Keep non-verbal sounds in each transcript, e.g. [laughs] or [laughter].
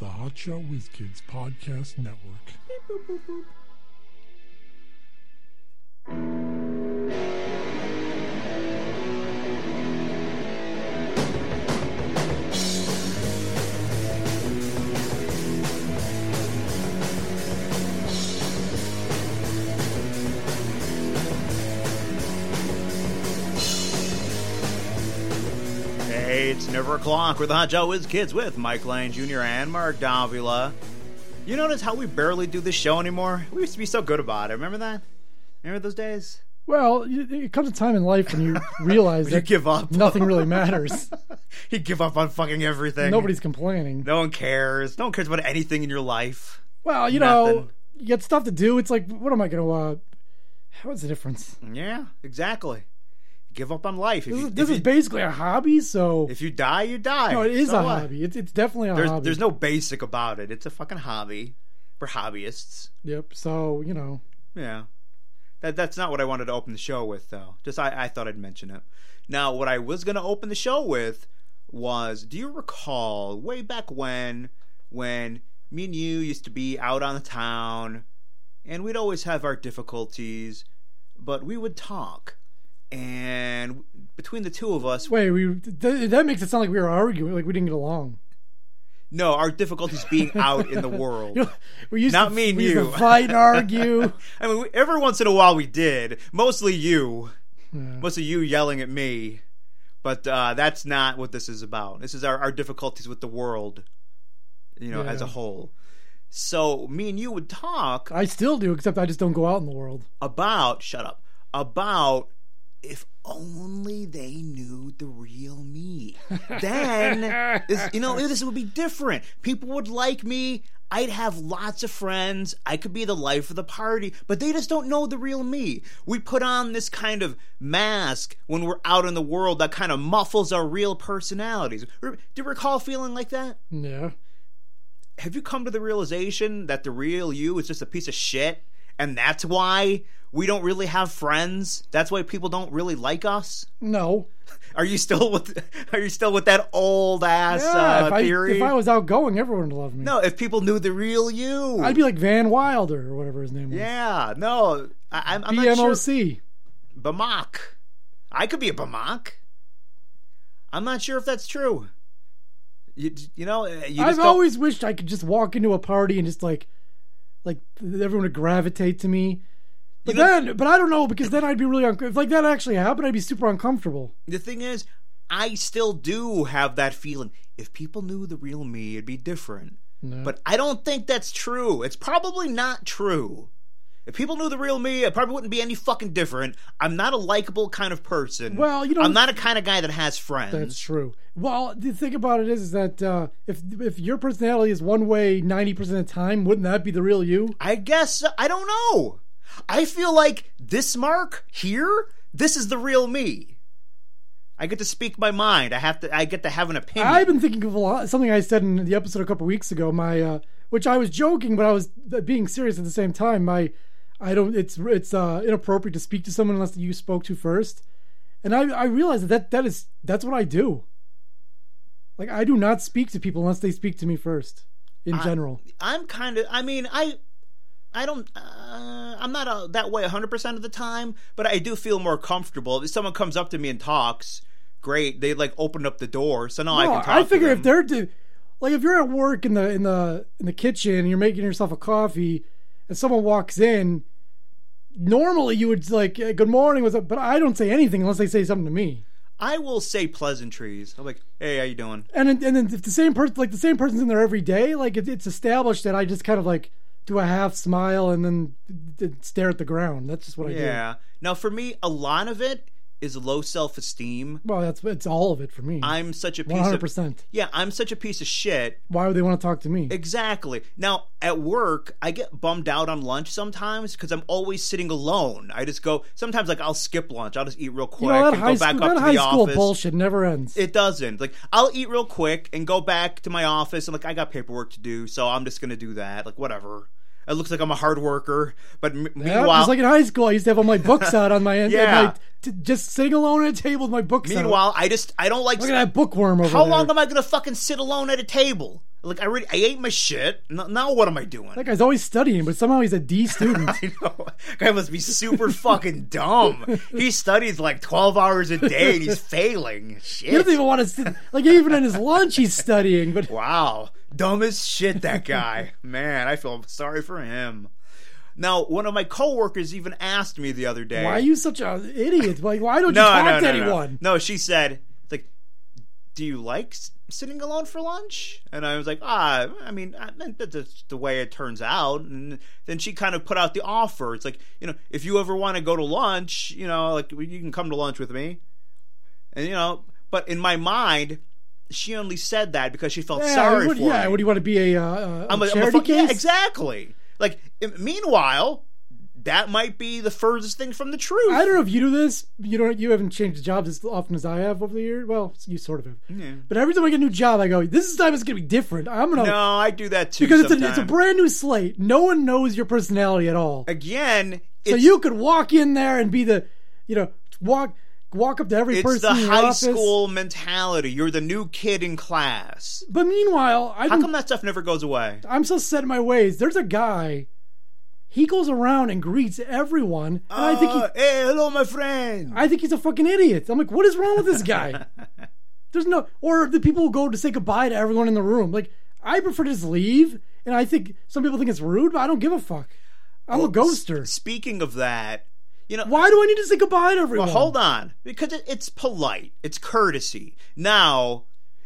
Gotcha with Kids Podcast Network. Hey, it's Never O'Clock. We're the Hot Joe Whiz Kids with Mike Lane Jr. and Mark Davila. You notice how we barely do this show anymore? We used to be so good about it. Remember that? Remember those days? Well, you- it comes a time in life when [laughs] you realize You that give up. [laughs] nothing really matters. [laughs] You give up on fucking everything. Nobody's complaining. No one cares. No one cares about anything in your life. Well, you know, Nothing. you got stuff to do. It's like, what am I going to? uh What's the difference? Yeah, exactly. Give up on life. If This you, is, this if is you, basically a hobby, so if you die, you die. no, it is So a what? hobby. It's, it's definitely a There's hobby. there's no basic about it. It's a fucking hobby for hobbyists. Yep. So you know, Yeah. That that's not what I wanted to open the show with though. Just I, I thought I'd mention it. Now what I was gonna open the show with was do you recall way back when when me and you used to be out on the town and we'd always have our difficulties, but we would talk. And between the two of us, wait, we th- that makes it sound like we were arguing, like we didn't get along. no, our difficulties being out in [laughs] the world. We used Not to, me and we used you. to fight and argue. [laughs] I mean, we- every once in a while we did. Mostly you. Yeah. Mostly you yelling at me. But uh, that's not what this is about. This is our, our difficulties with the world, you know, as a Yeah. whole. So me and you would talk I still do, except I just don't go out in the world. about, shut up, about if only they knew the real me. Then, this, you know, this would be different. People would like me. I'd have lots of friends. I could be the life of the party, but they just don't know the real me. We put on this kind of mask when we're out in the world that kind of muffles our real personalities. Re- Do you recall feeling like that? Yeah. have you come to the realization that the real you is just a piece of shit and that's why we don't really have friends that's why people don't really like us No. are you still [laughs] with are you still with that old ass Yeah, uh, if, I, theory if I was outgoing, everyone would love me. no if people knew the real you I'd be like Van Wilder or whatever his name was. yeah no I, i'm, I'm not sure BMOC. bamak i could be a bamak i'm not sure if that's true you, you know you just I've don't- always wished I could just walk into a party and just like, like everyone would gravitate to me. But You know- then, but I don't know because then I'd be really uncomfortable. If like that actually happened, I'd be super uncomfortable. the thing is, I still do have that feeling. If people knew the real me, it'd be different. No. But I don't think that's true. It's probably not true. If people knew the real me, I probably wouldn't be any fucking different. I'm not a likable kind of person. Well, you know- I'm not a kind of guy that has friends. that's true. Well, the thing about it is, is that uh, if if your personality is one way ninety percent of the time, wouldn't that be the real you? I guess I don't know. I feel like this mark here, this is the real me. I get to speak my mind. I have to. I get to have an opinion. I've been thinking of a lot, something I said in the episode a couple weeks ago. My, uh, which I was joking, but I was uh, being serious at the same time. My, I don't. It's it's uh, inappropriate to speak to someone unless you spoke to first. And I I realized that, that that is that's what I do. Like I do not speak to people unless they speak to me first. In general, I'm kind of. I mean, I, I don't. Uh, I'm not uh that way 100 percent of the time, but I do feel more comfortable if someone comes up to me and talks. Great, they like opened up the door, so now I can No, talk. Oh, I figure to if them. they're to, like if you're at work in the in the in the kitchen and you're making yourself a coffee and someone walks in, normally you would like eh, good morning was up, but I don't say anything unless they say something to me. I will say pleasantries. I'm like, hey, how you doing? And then- and then if the same person like the same person's in there every day, like it, it's established that I just kind of like do a half smile and then d- d- stare at the ground. That's just what I do. Yeah. Now for me, a lot of it is low self esteem. Well, that's it's all of it for me. I'm such a piece One hundred of percent. yeah, I'm such a piece of shit Why would they want to talk to me? Exactly. Now, at work, I get bummed out on lunch sometimes because I'm always sitting alone. I just go, sometimes, like, I'll skip lunch. I'll just eat real you quick know that and high go back school, up that to high the school office. bullshit never ends. It doesn't. Like, I'll eat real quick and go back to my office. and like, I got paperwork to do, so I'm just going to do that. Like, whatever. It looks like I'm a hard worker, but m- Yeah, meanwhile, just like in high school, I used to have all my books out on my end. Yeah. my, t- just sitting alone at a table with my books out. meanwhile, I just, I don't like. look at that bookworm over How there. long am I going to fucking sit alone at a table? Like I already, I ate my shit. N- Now what am I doing? That guy's always studying, but somehow he's a D [laughs] student. I know. Guy must be super fucking dumb. He studies like twelve hours a day and [laughs] he's failing. He doesn't Shit. even want to sit. Like even on his lunch, he's studying. But Wow. Dumb as shit that guy. Man, I feel sorry for him. Now, one of my coworkers even asked me the other day. why are you such an idiot? Like why don't you no, talk no, to no, anyone? No. no, she said, it's like, do you like s- sitting alone for lunch? And I was like, ah, I mean, I- that- that- that's the way it turns out. And then she kind of put out the offer. It's like, you know, if you ever want to go to lunch, you know, like you can come to lunch with me. And, you know, but in my mind, she only said that because she felt Yeah, sorry what, for yeah, me. what do you want to be a, uh, a I'm a, I'm a charity fu- yeah, case? exactly. Like, m- meanwhile, that might be the furthest thing from the truth. I don't know if you do this. You don't. You haven't changed jobs as often as I have over the year. Well, you sort of have. Yeah. But every time I get a new job, I go, "This time it's gonna be different. I'm gonna No, I do that too. because it's a, it's a sometimes. brand new slate. No one knows your personality at all. again. It's, so you could walk in there and be the, you know, walk walk up to every it's person the in your high office. school mentality. You're the new kid in class. But meanwhile, I How didn't- come that stuff never goes away? I'm so set in my ways. There's a guy. He goes around and greets everyone, and I think he, Uh, hey, hello, my friend. I think he's a fucking idiot. I'm like, what is wrong with this [laughs] guy? There's no, or the people who go to say goodbye to everyone in the room. Like, I prefer to just leave, and I think some people think it's rude, but I don't give a fuck. I'm a ghoster. Speaking of that, you know, Why do I need to say goodbye to everyone? well, hold on, because it, it's polite, it's courtesy. Now,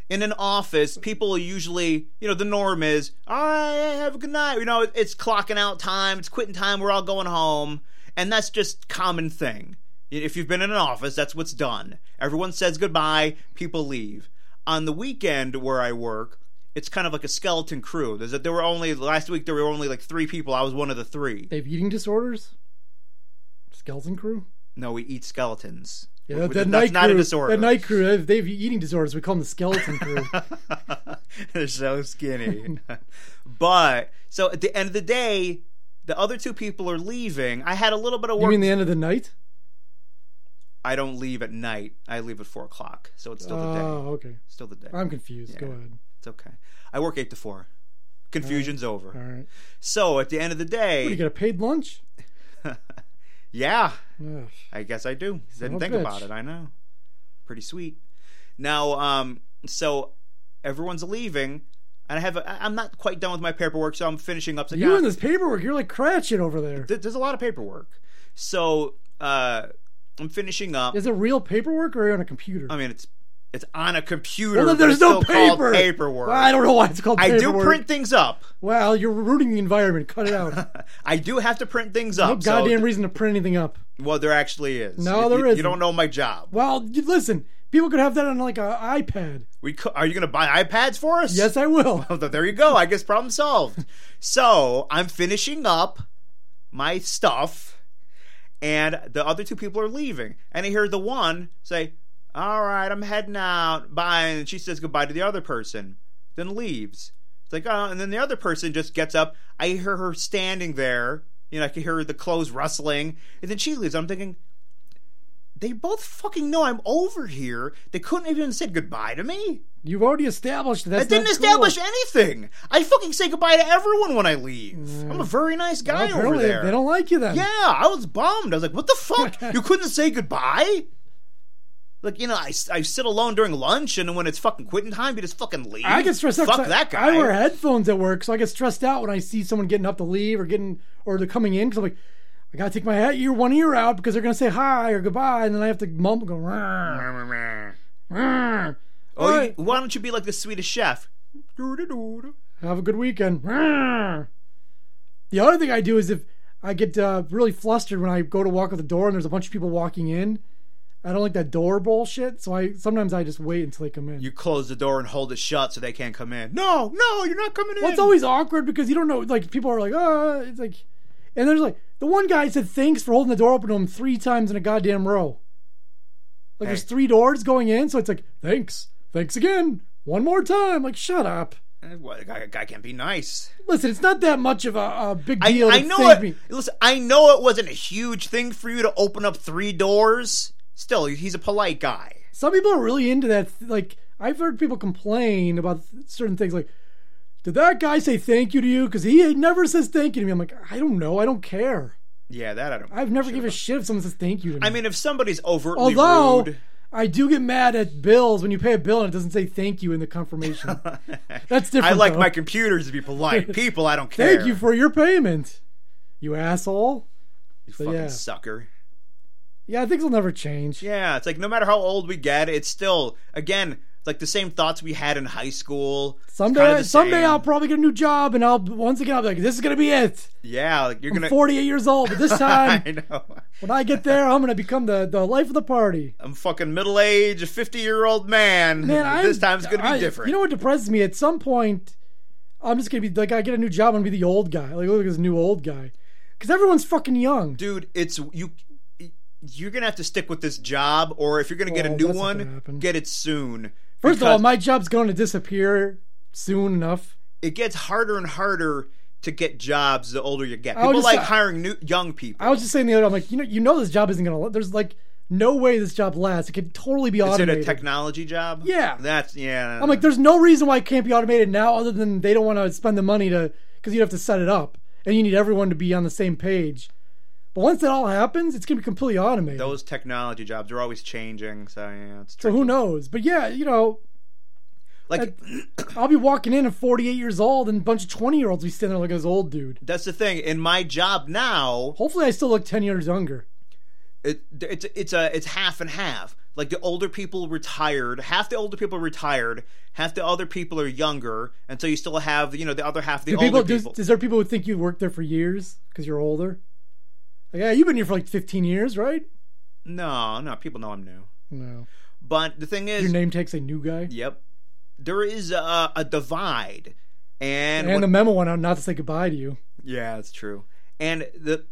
in an office, people are usually, you know, the norm is, all right, have a good night. You know, it- it's clocking out time, it's quitting time, we're all going home, and that's just common thing. If you've been in an office, that's what's done. Everyone says goodbye, people leave. On the weekend where I work, it's kind of like a skeleton crew. There's a, there were only last week there were only like three people. I was one of the three. They have eating disorders. Skeleton crew. No, we eat skeletons. Yeah, We- that, we- that night that's not crew, a disorder. That night crew. They have eating disorders. We call them the skeleton [laughs] crew. They're so skinny. but so at the end of the day, the other two people are leaving. I had a little bit of you work. mean the end of the night? I don't leave at night. I leave at four o'clock. So it's Oh, still the day. okay. Still the day. I'm confused. Go Yeah. ahead. it's okay. I work eight to four. Confusion's over. All right. So at the end of the What, you day, get a paid lunch? yeah, Ugh. I guess I do. of a Didn't think bitch. about it. I know. Pretty sweet. Now, um, so everyone's leaving, and I have. A, I- I'm not quite done with my paperwork, so I'm finishing up. So You yeah, and this paperwork, you're like cratchit over there. th- there's a lot of paperwork. So uh, I'm finishing up. Is it real paperwork or on a computer? I mean, it's it's on a computer. well, then but there's it's no still called paper. Paperwork. Well, I don't know why it's called I do paperwork. print things up. Well, you're ruining the environment. Cut it [laughs] out. no I do have to print things up. so goddamn reason to print anything up. well, there actually is. No, You- there you, You isn't. don't know my job. Well, you- listen, people could have that on like an iPad. We co- are you going to buy iPads for us? Yes, I will. Oh, th- [laughs] there you go. I guess problem solved. so I'm finishing up my stuff, and the other two people are leaving. And I hear the one say, All right, I'm heading out. Bye. And she says goodbye to the other person, then leaves. It's like, oh, and then the other person just gets up. I hear her standing there. You know, I can hear the clothes rustling. And then she leaves. I'm thinking, they both fucking know I'm over here. They couldn't even said goodbye to me. You've already established that. I That's didn't not establish cool. anything. I fucking say goodbye to everyone when I leave. I'm a very nice Well, guy over apparently there. They don't like you then. yeah, I was bummed. I was like, what the [laughs] fuck? you couldn't say goodbye? Like, you know, I, I sit alone during lunch, and when it's fucking quitting time, you just fucking leave. I get stressed out. Fuck 'cause I- that guy. I wear headphones at work, so I get stressed out when I see someone getting up to leave or getting or they're coming in because I'm like, I gotta take my hat ear one ear out because they're gonna say hi or goodbye, and then I have to mumble go. "Rrr, rrr." oh, you- Alright. why don't you be like the Swedish chef? Doo-doo-doo-doo. Have a good weekend. Rrr. The other thing I do is if I get uh, really flustered when I go to walk out the door and there's a bunch of people walking in, I don't like that door bullshit. So I sometimes I just wait until they come in. You close the door and hold it shut so they can't come in. No, no, you're not coming in. Well, it's always awkward because you don't know. Like people are like, uh it's like, and there's like the one guy said thanks for holding the door open to him three times in a goddamn row. Like there's Hey. three doors going in, so it's like thanks, thanks again, one more time. Like shut up. Eh, well, a guy, a guy can't be nice. Listen, it's not that much of a, a big I, deal. I to know thank it. me. Listen, I know it wasn't a huge thing for you to open up three doors. Still, he's a polite guy. Some people are really into that. Like I've heard people complain about certain things, like Did that guy say thank you to you? Because he never says thank you to me. I'm like, I don't know. I don't care. Yeah, that I don't. I've never given a about. shit if someone says thank you to me. I mean, if somebody's overtly although rude, I do get mad at bills when you pay a bill and it doesn't say thank you in the [laughs] confirmation. [laughs] That's different. I like though. my computers to [laughs] be polite. People, I don't care. Thank you for your payment, you asshole. you fucking yeah. sucker. Yeah, things will never change. Yeah, it's like no matter how old we get, it's still again it's like the same thoughts we had in high school. It's kinda someday, the someday same. I'll probably get a new job, and I'll once again I'll be like, "This is gonna be it." Yeah, like you're gonna. I'm 48 years old, but this [laughs] I time know. when I get there, I'm gonna become the, the life of the party. I'm fucking middle aged, a fifty year old man. Man, I'm, this time it's gonna be I- different. You know what depresses me? At some point, I'm just gonna be like, I get a new job, I'm gonna be the old guy. Like, look at this new old guy, because everyone's fucking young. dude, it's you. You're gonna have to stick with this job, or if you're gonna get a Oh, new that's not gonna one, happen. get it soon. First of Because all, my job's going to disappear soon enough. it gets harder and harder to get jobs the older you get. I would People just like say- hiring new young people. I was just saying the other, I'm like, you know, you know, this job isn't going to. There's like no way this job lasts. It could totally be Is it automated. a technology job? Yeah. that's yeah. I'm like, there's no reason why it can't be automated now, other than they don't want to spend the money to because you'd have to set it up and you need everyone to be on the same page. But once that all happens, it's going to be completely automated. those technology jobs are always changing, so yeah, it's so true. who knows? But yeah, you know, Like I'll be walking in at 48 years old and a bunch of 20 year olds be standing there like this old dude. that's the thing. In my job now, Hopefully, I still look 10 years younger. it, it's it's a it's half and half. Like the older people retired, half the older people retired, half the other people are younger, and so you still have you know the other half the Do older people, does, people. does there people who think you worked there for years because you're older? Like, yeah, you've been here for like 15 years, right? no, no, people know I'm new. No. But the thing Your is, name takes a new guy. yep, there is a, a divide, and And, when- the memo went out not to say goodbye to you. Yeah, that's true. And the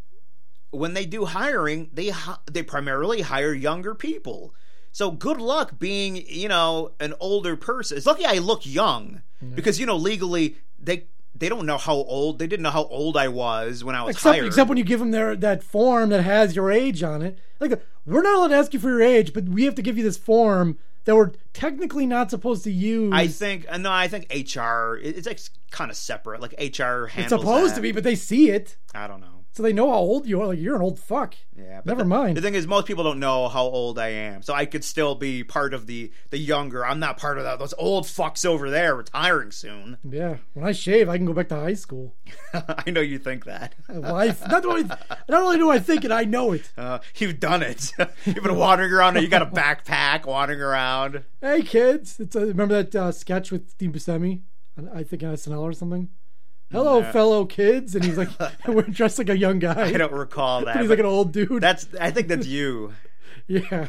when they do hiring, they hi- they primarily hire younger people. So good luck being, you know, an older person. It's lucky I look young because you know legally they they don't know how old they didn't know how old I was when I was Except, hired. except when you give them their that form that has your age on it. Like, we're not allowed to ask you for your age, but we have to give you this form that we're technically not supposed to use. I think uh, no, I think HR it- it's like kind of separate. Like HR handles it's supposed that. to be, but they see it, I don't know. so they know how old you are. Like, you're an old fuck. Yeah, but Never the- mind. The thing is, most people don't know how old I am, so I could still be part of the the younger. I'm not part of that. Those old fucks over there retiring soon. [laughs] yeah. When I shave, I can go back to high school. I know you think that. Life. not, only, not only do I think it, I know it. Uh, you've done it. [laughs] you've been wandering around. You got a backpack, wandering around. Hey kids, it's uh remember that uh, sketch with Steve Buscemi? on- I think on SNL or something. Hello, fellow kids, and he's like, [laughs] we're dressed like a young guy. I don't [laughs] recall that. but he's but like an old dude. that's. I think [laughs] that's you. yeah,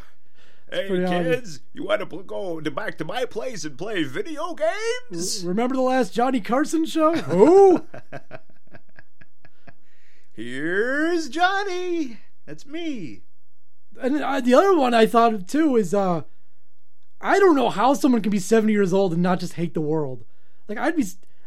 Hey pretty kids, obvious. you want to pl- go to back to my place and play video games? [laughs] remember the last Johnny Carson [laughs] show? Who? Here's Johnny. That's me. and uh, the other one I thought of too is, uh, I don't know how someone can be seventy years old and not just hate the world. Like I'd be,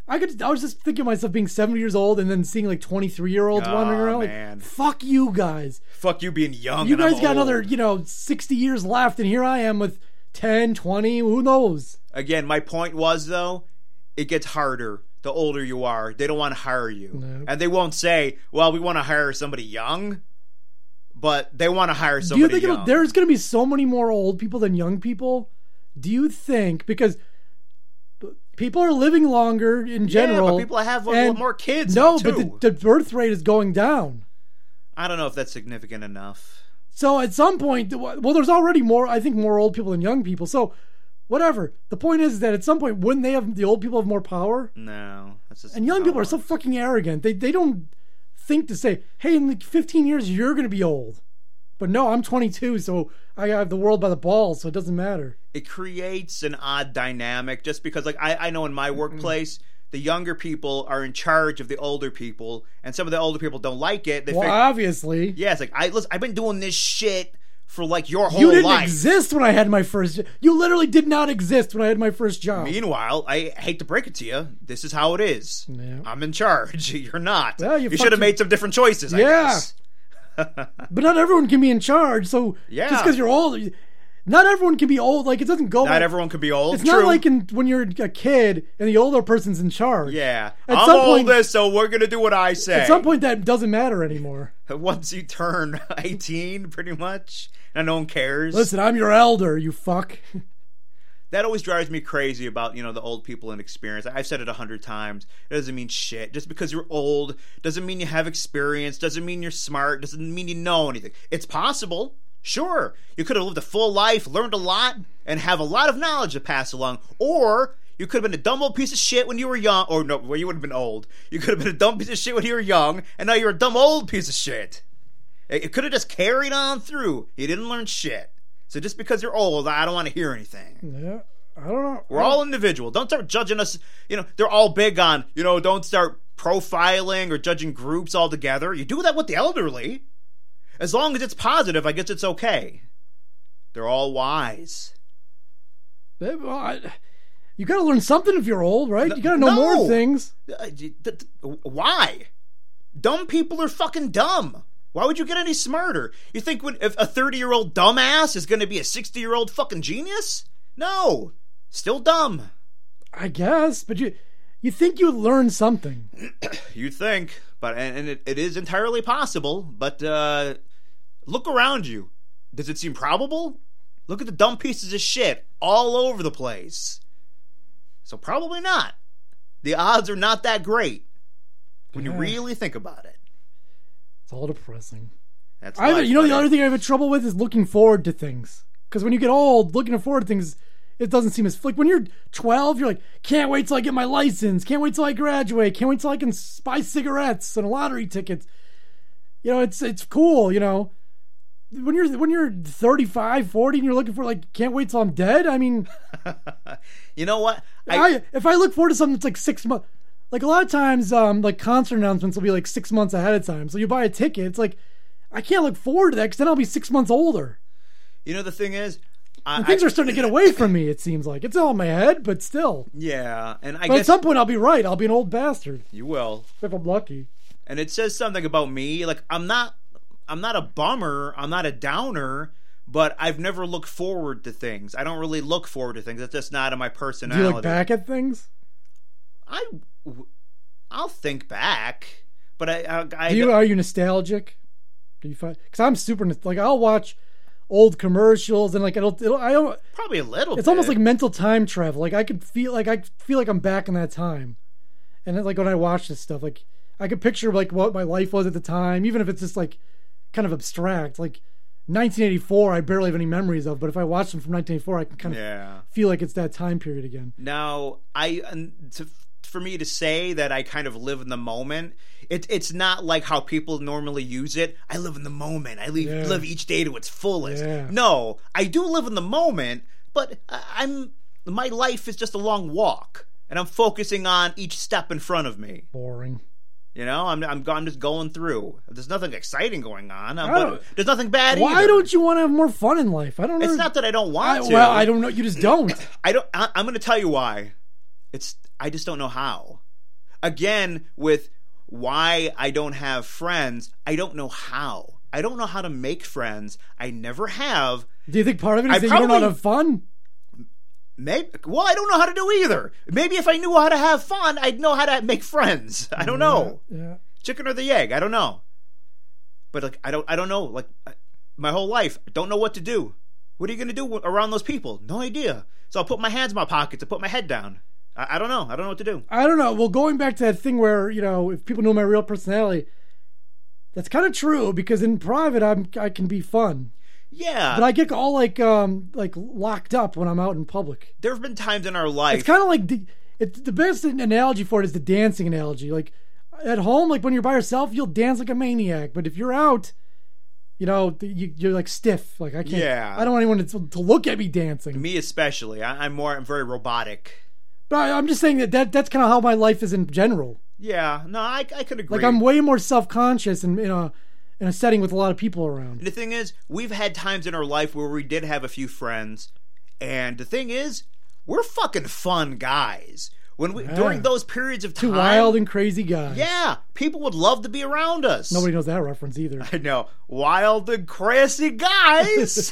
I could, I was just thinking of myself being seventy years old and then seeing like twenty three year olds wandering Aw, around. man. Like, fuck you guys. Fuck you being young. you and I'm guys got old. another you know 60 years left and here i am with 10 20 who knows Again, my point was though, it gets harder the older you are. They don't want to hire you, No. and they won't say, "Well, we want to hire somebody young," but they want to hire do you somebody think it'll, young. there's going to be so many more old people than young people do you think because people are living longer in general yeah, but people have a and- lot more kids. no too. but the, the birth rate is going down I don't know if that's significant enough. so at some point well there's already more i think more old people than young people so whatever the point is that at some point wouldn't they have the old people have more power No, that's just And young people are so fucking arrogant. They they don't think to say, "Hey, in like 15 years you're going to be old." But no, I'm 22, so I have the world by the balls, so it doesn't matter. it creates an odd dynamic just because like I, I know in my workplace the younger people are in charge of the older people and some of the older people don't like it. They Well, fig- obviously, Yeah, it's like I listen, I've been doing this shit for like your whole you didn't life. exist when I had my first. jo- You literally did not exist when I had my first job. Meanwhile, I hate to break it to you, this is how it is. Yeah. I'm in charge. [laughs] You're not. Well, you should have fucking- made some different choices. I Yeah. guess. But not everyone can be in charge. So Yeah. just because you're old, Not everyone can be old. Like it doesn't go. Not like- everyone could be old. It's True. not like in, when you're a kid and the older person's in charge. yeah, At I'm some point- older, so we're gonna do what I say. At some point, that doesn't matter anymore. [laughs] once you turn [laughs] 18, pretty much, and no one cares. Listen, I'm your elder, you fuck. [laughs] that always drives me crazy about you know the old people and experience. I've said it a hundred times. It doesn't mean shit. Just because you're old doesn't mean you have experience. Doesn't mean you're smart. Doesn't mean you know anything. It's possible. Sure, you could have lived a full life, learned a lot, and have a lot of knowledge to pass along. Or you could have been a dumb old piece of shit when you were young. Or no, well, you would have been old. You could have been a dumb piece of shit when you were young, and now you're a dumb old piece of shit. It it could have just carried on through. You didn't learn shit. So just because you're old, I don't want to hear anything. Yeah, I don't know. We're all individual. Don't start judging us. You know, they're all big on, you know, don't start profiling or judging groups altogether. You do that with the elderly. As long as it's positive, I guess it's okay. They're all wise. Eh, well, I- you gotta learn something if you're old, right? You gotta know No. more things. Uh, d- d- d- Why? Dumb people are fucking dumb. Why would you get any smarter? You think when, if a 30 year old dumbass is going to be a 60 year old fucking genius? No. Still dumb. I guess, but you you think you would learn something. You'd think, but and, and it, it is entirely possible. But uh, look around you. Does it seem probable? Look at the dumb pieces of shit all over the place. So probably not. The odds are not that great when you Yeah. really think about it. It's all depressing. That's I have, life, you know the buddy. other thing I have trouble with is looking forward to things. Because when you get old, looking forward to things, it doesn't seem as like when you're 12, you're like, can't wait till I get my license, can't wait till I graduate, can't wait till I can s- buy cigarettes and lottery tickets. You know, it's it's cool. You know, when you're when you're 35, 40, and you're looking for like, can't wait till I'm dead. I mean, You know what? I, I, if I look forward to something that's like six months, like a lot of times, um, like concert announcements will be like six months ahead of time. So you buy a ticket, it's like I can't look forward to that because then I'll be six months older. you know the thing is, I, And things I- are starting to get away from me. It seems like it's all in my head, but still. yeah, and I But at guess some point, I'll be right. I'll be an old bastard you will. if I'm lucky. and it says something about me like i'm not i'm not a bummer i'm not a downer but i've never looked forward to things i don't really look forward to things that's just not in my Do personality you look back at things? i i'll think back but i i, I Do you are you nostalgic? Do you find? Because I'm super nos- like I'll watch old commercials and like it'll, it'll I don't. probably a little uh, It's bit. almost like mental time travel. Like I could feel like I feel like I'm back in that time. And it's like when I watch this stuff, like I could picture like what my life was at the time, even if it's just like kind of abstract. Like 1984, I barely have any memories of, but if I watch them from 1984, I can kind of yeah feel like it's that time period again. Now, I and to, for me to say that I kind of live in the moment, it, it's not like how people normally use it. I live in the moment. I live, Yeah. live each day to its fullest. Yeah. No, I do live in the moment, but I- I'm my life is just a long walk, and I'm focusing on each step in front of me. Boring. You know, I'm I'm, I'm just going through. There's nothing exciting going on. uh, I but don't- there's nothing bad Oh. Why either. don't you want to have more fun in life? I don't know. It's not that I don't want I- to. well, I don't know. You just [coughs] don't. I don't. I, I'm going to tell you why. It's I just don't know how. Again, with why I don't have friends, I don't know how. I don't know how to make friends. I never have. Do you think part of it is I that you don't know how to probably- have fun? Maybe well, I don't know how to do either. Maybe if I knew how to have fun, I'd know how to make friends. [laughs] I don't Mm-hmm. know. Yeah. Chicken or the egg? I don't know. But like I don't I don't know. Like I- my whole life, I don't know what to do. What are you going to do around those people? No idea. So I'll put my hands in my pockets. I put my head down. I, I don't know. I don't know what to do. I don't know. Well, going back to that thing where you know, if people know my real personality, that's kind of true because in private, I'm I can be fun, Yeah. but I get all like um like locked up when I'm out in public. there have been times in our life. It's kind of like the it's the best analogy for it is the dancing analogy. Like at home, like when you're by yourself, you'll dance like a maniac, but if you're out. You know, th- you, you're like stiff. Like I can't. Yeah. I don't want anyone to, to look at me dancing. me especially. I, I'm more. I'm very robotic. But I, I'm just saying that, that that's kind of how my life is in general. Yeah. No, I, I could agree. Like I'm way more self conscious in, in a in a setting with a lot of people around. the thing is, we've had times in our life where we did have a few friends, and the thing is, we're fucking fun guys. When we Yeah. during those periods of time, Two wild and crazy guys. yeah, people would love to be around us. [laughs] Nobody knows that reference either. I know. Wild and crazy guys.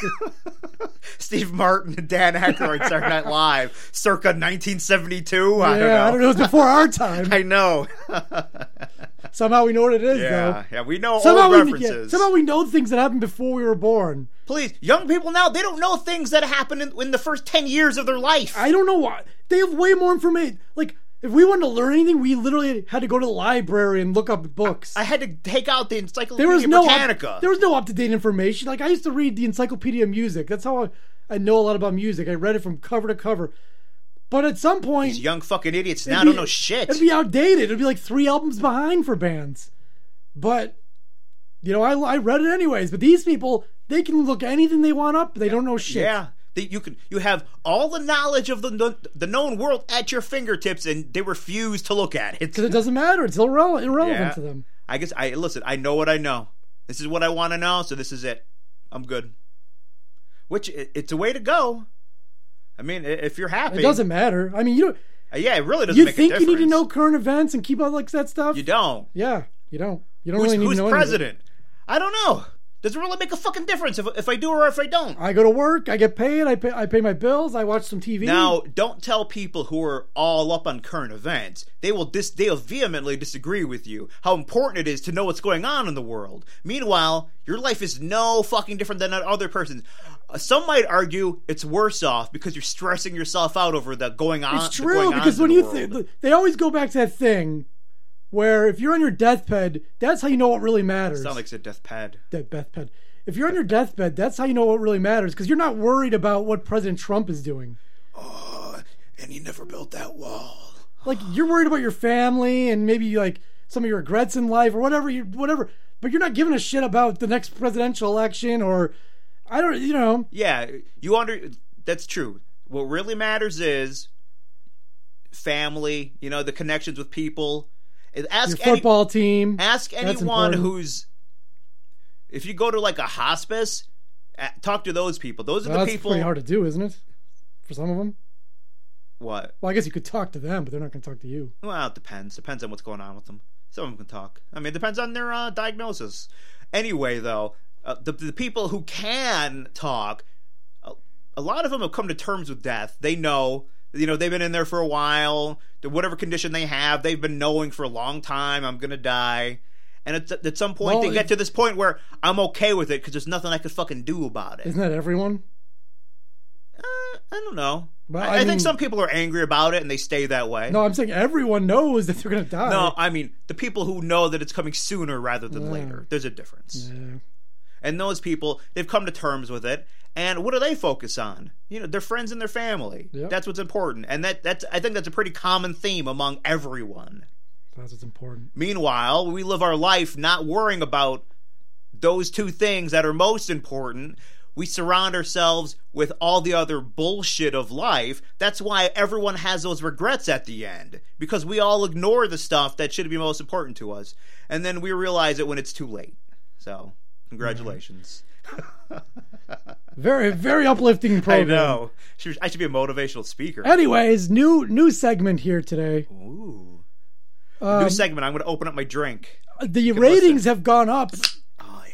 [laughs] Steve Martin and Dan Aykroyd, Saturday [laughs] Night Live, circa 1972. yeah, I don't know. I don't know. It was before our time. [laughs] I know. Somehow we know what it is, yeah, yeah, we know though. Somehow all we, yeah, references. somehow we know things that happened before we were born. Please, young people now, they don't know things that happened in, in the first 10 years of their life. I don't know why. They have way more information. Like, if we wanted to learn anything, we literally had to go to the library and look up books. I had to take out the Encyclopedia there was no Britannica. Up, there was no up to date information. Like I used to read the Encyclopedia of Music. That's how I, I know a lot about music. I read it from cover to cover. But at some point, These young fucking idiots now It'd don't be- know shit. It'd be outdated. It'd be like three albums behind for bands. But you know, I, I read it anyways. But these people, they can look anything they want up. They don't know shit. yeah. That you can you have all the knowledge of the the known world at your fingertips and they refuse to look at it. because it doesn't matter. It's irrele- irrelevant Yeah. to them. I guess I listen. I know what I know. This is what I want to know. So this is it. I'm good. Which i- it's a way to go. I mean, i- if you're happy, It doesn't matter. I mean, you don't, Uh, Yeah, it really doesn't. you make a think you difference. need to know current events and keep up like that stuff? You don't. yeah, you don't. You don't Who's, really need who's to know anything. president? I don't know. Does it really make a fucking difference if, if I do or if I don't? I go to work. I get paid. I pay. I pay my bills. I watch some TV. Now, uh, don't tell people who are all up on current events. They will dis- they'll vehemently disagree with you how important it is to know what's going on in the world. Meanwhile, your life is no fucking different than that other person's. Uh, Some might argue it's worse off because you're stressing yourself out over the going on. It's the true going ons because in when the you world. th- they always go back to that thing where if you're on your deathbed, that's how you know what really matters. sound like it's a death pad. Death- deathbed. If you're on your deathbed, that's how you know what really matters because you're not worried about what President Trump is doing. Uh, And he never built that wall. Like you're worried about your family and maybe like some of your regrets in life or whatever you whatever, but you're not giving a shit about the next presidential election or I don't you know Yeah, you under that's true. What really matters is family, you know, the connections with people. Ask your any- football team. ask That's anyone important. who's if you go to like a hospice a- talk to those people those are Well, the that's people pretty hard to do, isn't it? For some of them. what Well, I guess you could talk to them, but they're not going to talk to you. well it depends depends on what's going on with them some of them can talk i mean it depends on their uh, diagnosis anyway though uh, the, the people who can talk a, a lot of them have come to terms with death they know you know they've been in there for a while the, whatever condition they have they've been knowing for a long time i'm gonna die and at, at some point Well, they get it- to this point where i'm okay with it because there's nothing i could fucking do about it Isn't that everyone? Uh, I don't know. Well, I, I I mean- think some people are angry about it and they stay that way. No, I'm saying everyone knows that they're going to die. No, I mean the people who know that it's coming sooner rather than later. There's a difference. Yeah. And those people, they've come to terms with it. And what do they focus on? You know, their friends and their family. Yep. That's what's important. And that that's I think that's a pretty common theme among everyone. That's what's important. Meanwhile, we live our life not worrying about those two things that are most important. We surround ourselves with all the other bullshit of life. That's why everyone has those regrets at the end because we all ignore the stuff that should be most important to us. And then we realize it when it's too late. So, congratulations. Very, very uplifting I program. know. Should- I should be a motivational speaker. Anyways, new new segment here today. Ooh. New Um, segment. I'm going to open up my drink. the can ratings have gone up Oh, yeah.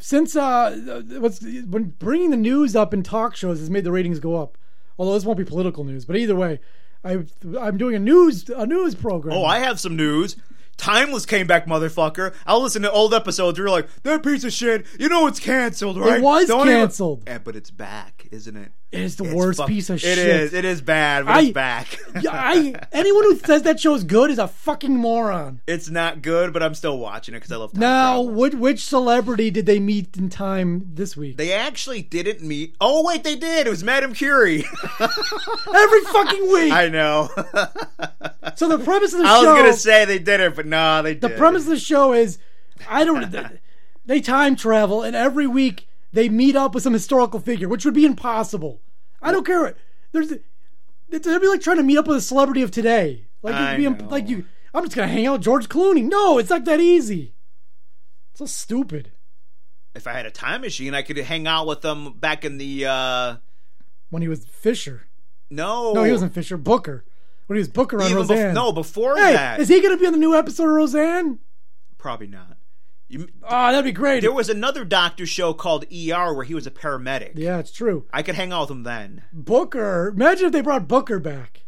since uh, what's when bringing the news up in talk shows has made the ratings go up. Although this won't be political news, but either way, I I'm doing a news a news program. Oh, I have some news. Timeless came back, motherfucker. I'll listen to old episodes. You're like, that piece of shit. You know it's canceled, right? was Don't even-" canceled. Eh, but it's back, isn't it? it is the It's worst fuck- piece of shit. It is. It is bad, but I- it's back. [laughs] Yeah, I anyone who says that show's good is a fucking moron. [laughs] it's not good, but I'm still watching it because I love. Time Now, travel. which which celebrity did they meet in time this week? they actually didn't meet. Oh wait, they did. It was Madame Curie. [laughs] Every fucking week. I know. [laughs] so the premise of the I was show. gonna say they did it, but nah, they the did. premise of the show is, I don't. they time travel, and every week they meet up with some historical figure, which would be impossible. I don't care. There's, it's, it'd be like trying to meet up with a celebrity of today. Like I it'd be know. imp- like you. I'm just gonna hang out with George Clooney. No, it's not that easy. so stupid. If I had a time machine, I could hang out with them back in the. uh When he was Fisher. No, No, he wasn't Fisher. Booker. when he was Booker on Even bef- Roseanne. no, before hey, that, is he going to be on the new episode of Roseanne? probably not. You, Oh, that'd be great. there was another doctor show called ER where he was a paramedic. yeah, it's true. I could hang out with him then. Booker. Imagine if they brought Booker back.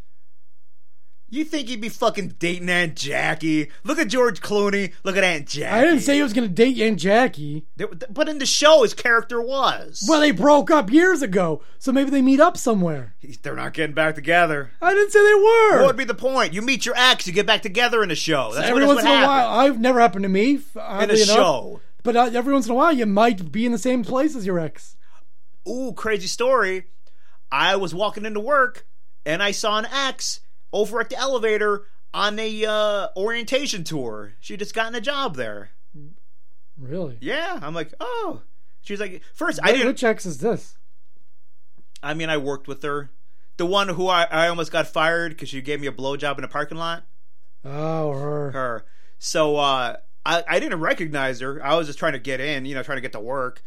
You think he'd be fucking dating Aunt Jackie? Look at George Clooney. Look at Aunt Jackie. I didn't say he was going to date Aunt Jackie. There- But in the show, his character was. Well, they broke up years ago, so maybe they meet up somewhere. they're not getting back together. I didn't say they were. What would be the point? You meet your ex, you get back together in a show. That's every what, once that's in what a while, happened. I've never happened to me. f- In a oddly enough. show. but uh, every once in a while, you might be in the same place as your ex. Ooh, crazy story. I was walking into work and I saw an ex over at the elevator on a uh, orientation tour. She just gotten a job there. Really? Yeah, I'm like, oh. She's like, first I didn't. Which ex is this? I mean, I worked with her. The one who I, I almost got fired because she gave me a blowjob in a parking lot. Oh, her. Her. So uh, I, I didn't recognize her. I was just trying to get in, you know, trying to get to work.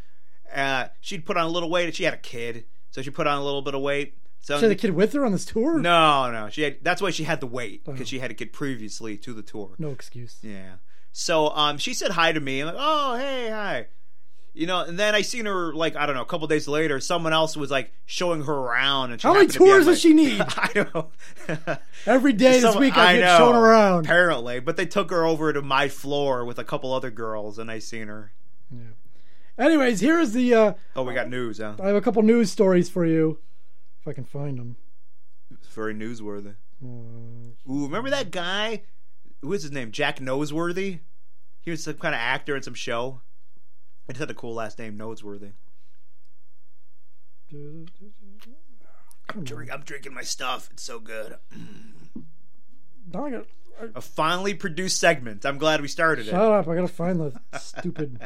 Uh, she'd put on a little weight. She had a kid, so she put on a little bit of weight. So She had the kid with her on this [laughs] tour. no, no, she had. That's why she had the weight because she had a kid previously to the tour. No excuse. Yeah. So um, she said hi to me. I'm like, oh, hey, hi. You know, and then I seen her like I don't know, a couple days later, someone else was like showing her around. And she How many happened to be on tours my- does she [laughs] need? I don't know. [laughs] Every day this Some- week, I, get know, shown around. Apparently, but they took her over to my floor with a couple other girls, and I seen her. Anyways, here is the. Uh, Oh, we got news, huh? I have a couple news stories for you, if I can find them. Uh, It's very newsworthy. Ooh, remember that guy? What was his name? Jack Noseworthy. He was some kind of actor in some show. It just had a cool last name, Noseworthy. Drink, I'm drinking my stuff. It's so good. Now I got. I, A finally produced segment. I'm glad we started it. shut up! I gotta find the [laughs] stupid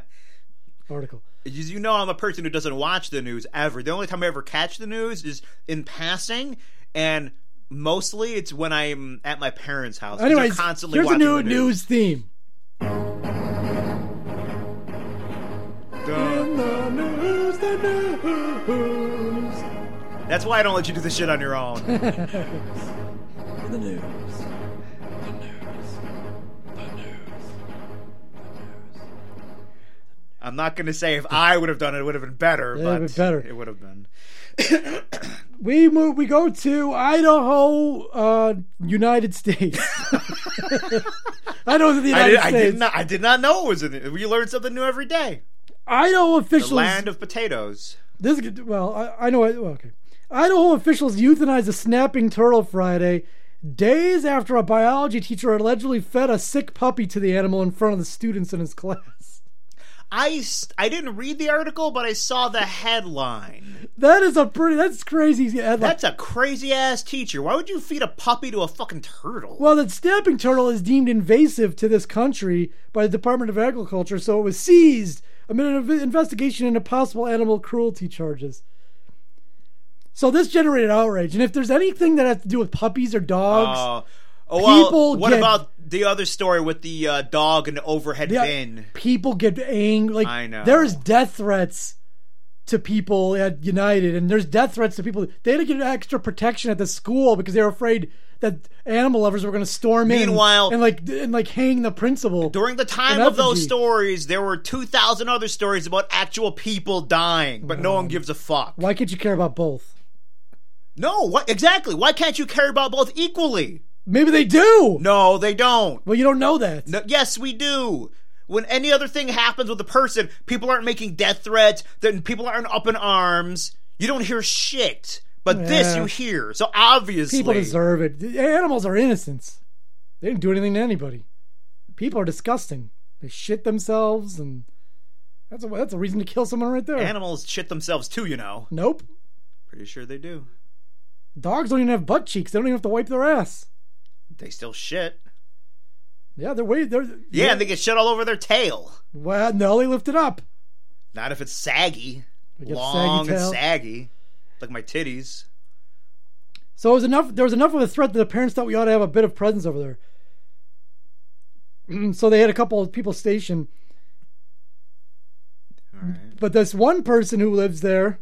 article. As you know, I'm a person who doesn't watch the news ever. The only time I ever catch the news is in passing, and mostly it's when I'm at my parents' house. 'cause they're Anyways, constantly here's a watching new the news [laughs] theme. Duh. The news, the news, That's why I don't let you do this shit on your own. [laughs] the news. I'm not going to say if I would have done it, it would have been better. Yeah, but it'd been better. It would have been. We move. We go to Idaho, uh, United [laughs] States. [laughs] I know it's the United I did, I States. did not. I did not know it was in it. We learn something new every day. Idaho The officials. land of potatoes. This is- well, I, I know. I, well, okay, Idaho officials euthanized a snapping turtle Friday, days after a biology teacher allegedly fed a sick puppy to the animal in front of the students in his class. [laughs] I s- I didn't read the article, but I saw [laughs] the headline. That is a pretty. That's crazy headline. That's a crazy ass teacher. Why would you feed a puppy to a fucking turtle? well, the snapping turtle is deemed invasive to this country by the Department of Agriculture, so it was seized amid an inv- investigation into possible animal cruelty charges. So this generated outrage, and if there's anything that has to do with puppies or dogs, Uh, oh well. People what get- about the other story with the uh, dog and the overhead Yeah, bin? People get angry. Like I know. there's death threats to people at United, and there's death threats to people. They had to get extra protection at the school because they were afraid that animal lovers were going to storm Meanwhile- in, and like and like hang the principal. During the time An of those effigy. stories, there were two thousand other stories about actual people dying, but no one gives a fuck. Why can't you care about both? No, what exactly? Why can't you care about both equally? Maybe they do. No, they don't. Well, you don't know that. No, yes, we do. When any other thing happens with a person, people aren't making death threats. Then people aren't up in arms. You don't hear shit. But this Yeah. you hear. So obviously, People deserve it. The Animals are innocents. They didn't do anything to anybody. People are disgusting. They shit themselves, and that's a that's a reason to kill someone right there. animals shit themselves too. You know. nope. Pretty sure they do. Dogs don't even have butt cheeks. They don't even have to wipe their ass. They still shit. Yeah, they're way they're Yeah, and they get shit all over their tail. well no, they lift it up. Not if it's saggy, got a saggy long tail. and saggy, like my titties. So it was enough there was enough of a threat that the parents thought we ought to have a bit of presence over there. Mm, [clears throat] so they had a couple of people stationed. All right. But this one person who lives there,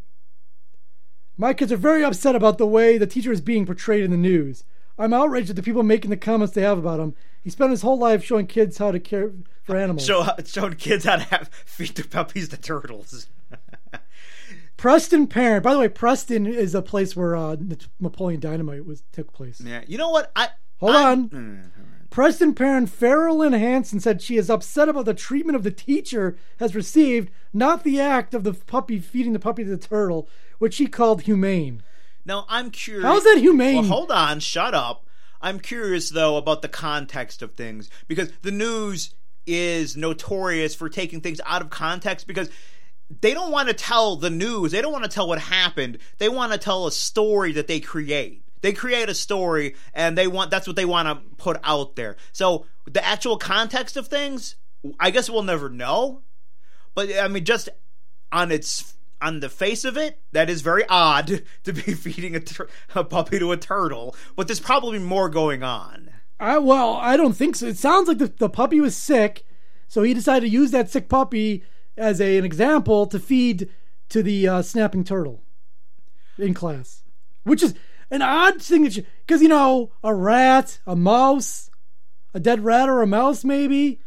my kids are very upset about the way the teacher is being portrayed in the news. I'm outraged at the people making the comments they have about him. He spent his whole life showing kids how to care for animals. Show, [laughs] showing kids how to have, [laughs] feed their puppies to turtles. [laughs] Preston Parent. By the way, Preston is a place where uh, Nat- Napoleon Dynamite was took place. Yeah, you know what? I Hold I- on. Mm, all right. Preston Parent Farrell and Hansen said she is upset about the treatment of the teacher has received, not the act of the puppy feeding the puppy to the turtle, which she called humane. Now I'm curious. How's that humane? Well, hold on, shut up. I'm curious though about the context of things because the news is notorious for taking things out of context because they don't want to tell the news. They don't want to tell what happened. They want to tell a story that they create. They create a story and they want that's what they want to put out there. So the actual context of things, I guess we'll never know. But I mean just on its on the face of it, that is very odd [laughs] to be feeding a, tur- a puppy to a turtle. But there's probably more going on. I well, I don't think so. It sounds like the, the puppy was sick, so he decided to use that sick puppy as a, an example to feed to the uh, snapping turtle in class, which is an odd thing that because you know a rat, a mouse, a dead rat or a mouse maybe,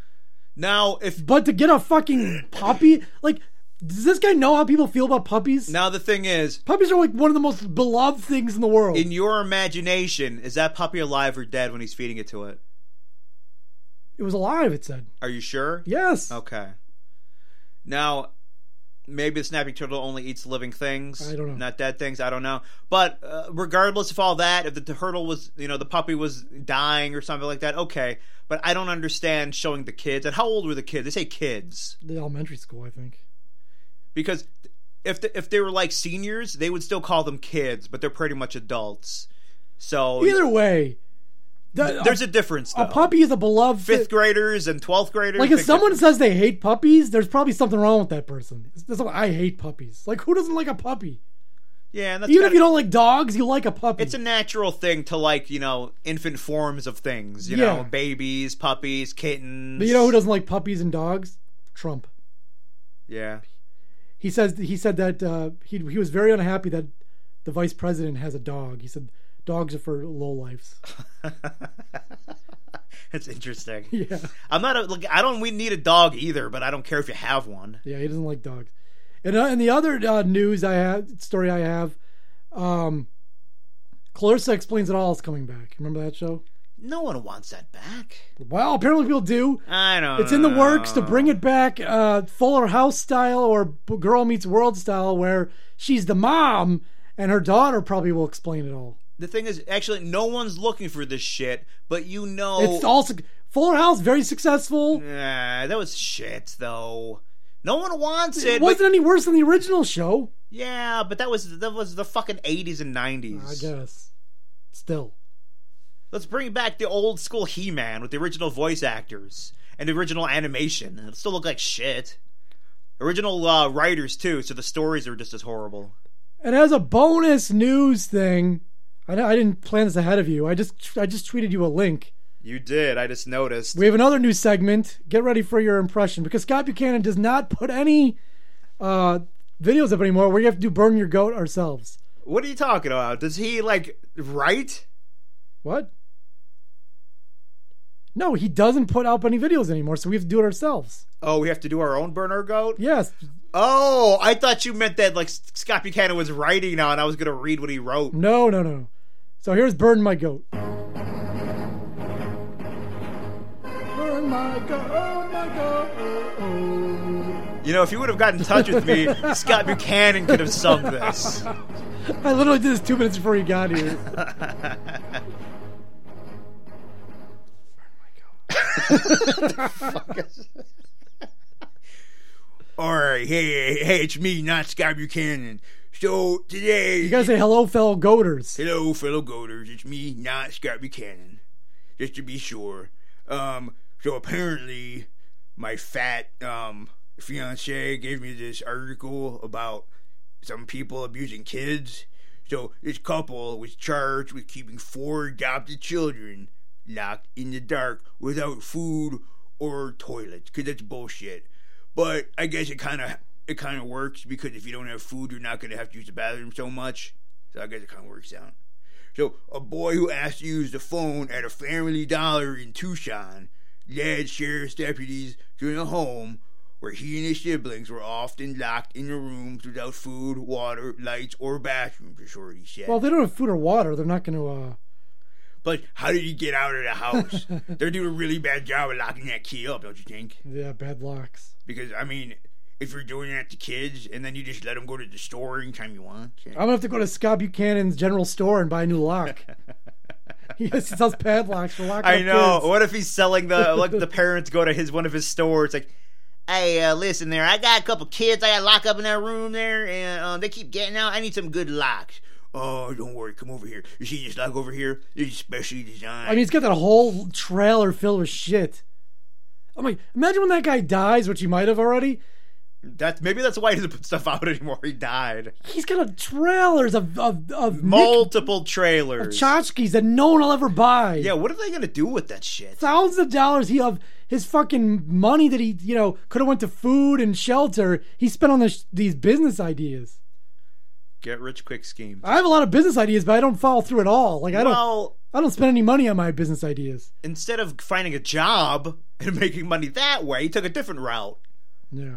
Now, if but to get a fucking puppy like. Does this guy know how people feel about puppies? now the thing is, Puppies are like one of the most beloved things in the world. in your imagination, is that puppy alive or dead when he's feeding it to it? it was alive, it said. Are you sure? Yes. Okay. Now, maybe the snapping turtle only eats living things. I don't know. Not dead things. I don't know. But uh, regardless of all that, if the turtle was, you know, the puppy was dying or something like that, okay. But I don't understand showing the kids. And how old were the kids? They say kids The elementary school, I think. because if the, if they were like seniors, they would still call them kids, but they're pretty much adults. So Either way, that- Oh, there's a difference. Though. A puppy is a beloved fifth graders and twelfth graders. Like if big someone difference. says they hate puppies, there's probably something wrong with that person. That's why I hate puppies. Like who doesn't like a puppy? yeah, and that's Even if gotta- you don't like dogs, you like a puppy. it's a natural thing to like you know infant forms of things. You Yeah. know, babies, puppies, kittens. but you know who doesn't like puppies and dogs? Trump. yeah, [laughs] He says he said that uh, he he was very unhappy that the vice president has a dog. He said dogs are for low lives. that's interesting. [laughs] [laughs] Yeah. I'm not a like I don't. We need a dog either, but I don't care if you have one. Yeah, he doesn't like dogs. And uh, and the other uh, news I have story I have, um, Clarissa explains it all is coming back. Remember that show? No one wants that back. Well, apparently people do. I don't. It's in the works to know. bring it back, uh, Fuller House style or B- Girl Meets World style, where she's the mom and her daughter probably will explain it all. The thing is, actually, no one's looking for this shit, but you know, It's also Fuller House very successful. Nah, that was shit though. No one wants it. It but, wasn't any worse than the original show, yeah, but that was that was the fucking eighties and I nineties. guess. Still, Let's bring back the old school He Man with the original voice actors and the original animation. It'll still look like shit. Original uh, writers too, so the stories are just as horrible. and as a bonus news thing, I, I didn't plan this ahead of you. I just I just tweeted you a link. You did. I just noticed. We have another new segment. Get ready for your impression because Scott Buchanan does not put any uh, videos up anymore. We have to do burn your goat ourselves. what are you talking about? Does he like write? What? No, he doesn't put up any videos anymore, so we have to do it ourselves. Oh, we have to do our own burner goat. Yes. Oh, I thought you meant that like S- Scott Buchanan was writing now, and I was gonna read what he wrote. No, no, no. So here's Burn My Goat. Burn my goat, my goat. You know, if you would have gotten in touch with me, Scott Buchanan could have sung this. I literally did this two minutes before you got here. All right, hey, hey, hey, it's me, not Scott Buchanan. So today, You gotta say hello, fellow goaters. hello, fellow goaters. It's me, not Scott Buchanan. Just to be sure. Um, so apparently, my fat um fiance gave me this article about some people abusing kids. So this couple was charged with keeping four adopted children locked in the dark without food or toilets, 'cause that's bullshit. But I guess it kind of it kind of works because if you don't have food, you're not gonna have to use the bathroom so much. So I guess it kind of works out. So, a boy who asked to use the phone at a family dollar in Tucson led sheriff's deputies to a home where he and his siblings were often locked in the rooms without food, water, lights, or bathrooms, Shorty said. Well, if they don't have food or water, they're not going to. uh But how did he get out of the house? They're doing a really bad job of locking that key up, don't you think? Yeah, bad locks. Because I mean, if you're doing that to kids and then you just let them go to the store anytime you want, I'm gonna have to go to Scott Buchanan's general store and buy a new lock. yes, he sells padlocks for locking I up know. kids. What if he's [laughs] selling the like the parents go to his one of his stores like Hey, uh, listen there. I got a couple kids I got locked up in that room there, and uh, they keep getting out. I need some good locks. oh, don't worry, come over here. You see this lock over here? It's specially designed. I mean, he's got that whole trailer filled with shit. I'm like, imagine when that guy dies, which he might have already. That's maybe that's why he doesn't put stuff out [laughs] anymore. He died. He's got a trailers of of of Nick Multiple trailers. tchotchkes that no one will ever buy. yeah, what are they gonna do with that shit? thousands of dollars he of his fucking money that he you know could have went to food and shelter. He spent on this, these business ideas. Get rich quick schemes. I have a lot of business ideas, but I don't follow through at all. Like I don't. Well, I don't spend any money on my business ideas. instead of finding a job and [laughs] making money that way, he took a different route. Yeah.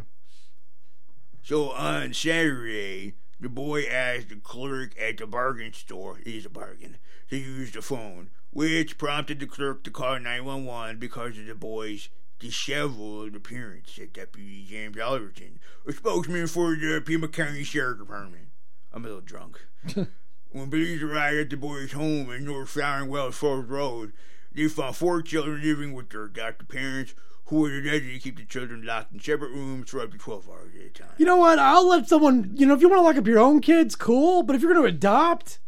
so on Saturday, the boy asked the clerk at the bargain store, he's a bargain, to use the phone, which prompted the clerk to call 911 because of the boy's disheveled appearance, said Deputy James Oliverton, a spokesman for the Pima County Sheriff Department. I'm a little drunk. When police arrived at the boy's home in North Flowering Wells Falls Road, they found four children living with their adopted parents who were alleged to keep the children locked in separate rooms for up to 12 hours at a time. You know what? I'll let someone. You know, if you want to lock up your own kids, cool. But if you're going to adopt,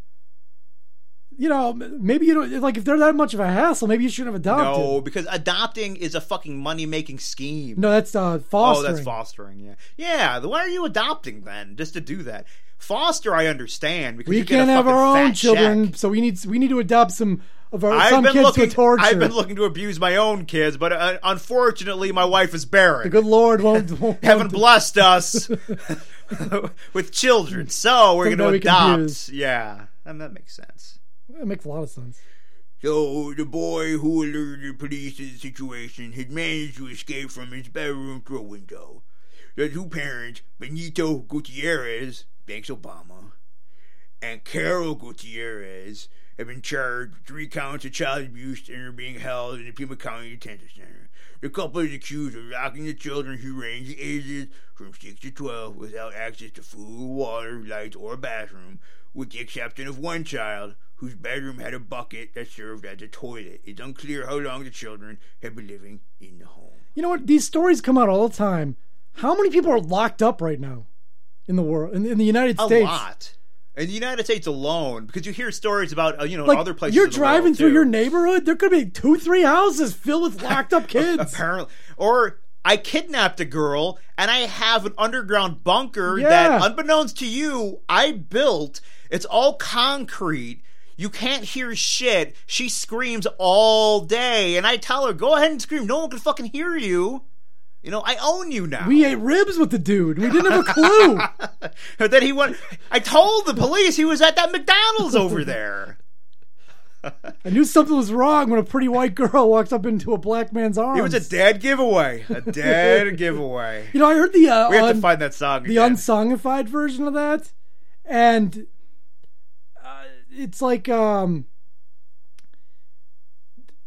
you know, m- maybe you don't like. If they're that much of a hassle, maybe you shouldn't have adopted. No, because adopting is a fucking money making scheme. No, that's uh, Oh, fostering. that's fostering. Yeah, yeah. then Why are you adopting then, just to do that? Foster, I understand because We you get can't a have fucking our own fat children, check. so we need we need to adopt some of our I've some been kids looking. for torture. I've been looking to abuse my own kids, but uh, unfortunately, my wife is barren. the good Lord won't, [laughs] won't Haven't won't- [laughs] blessed us [laughs] with children, so we're going to Somebody adopt. confused. Yeah, and that makes sense. That makes a lot of sense. So the boy who alerted police to the situation had managed to escape from his bedroom through a window. The two parents, Benito Gutierrez, thanks Obama, and Carol Gutierrez, have been charged with three counts of child abuse and are being held in the Pima County Detention Center. The couple is accused of locking the children who range in ages from 6 to 12 without access to food, water, lights, or a bathroom, with the exception of one child whose bedroom had a bucket that served as a toilet. It's unclear how long the children have been living in the home. You know what? These stories come out all the time. How many people are locked up right now in the world in, in the United A States? lot. In the United States alone, because you hear stories about uh, you know Like other places. you're in the world, driving through too. your neighborhood, there could be two, three houses filled with locked [laughs] up kids. apparently or I kidnapped a girl and I have an underground bunker Yeah. that unbeknownst to you I built. It's all concrete. You can't hear shit. She screams all day and I tell her, "Go ahead and scream. No one can fucking hear you." You know, I own you now. [laughs] we ate ribs with the dude. We didn't have a clue. But then he went I told the police he was at that McDonald's [laughs] over there. I knew something was wrong when a pretty white girl walks up into a black man's arms. It was a dead giveaway. [laughs] A dead giveaway. you know, I heard the uh, We have un- to find that song the again. unsongified version of that, and uh, it's like um,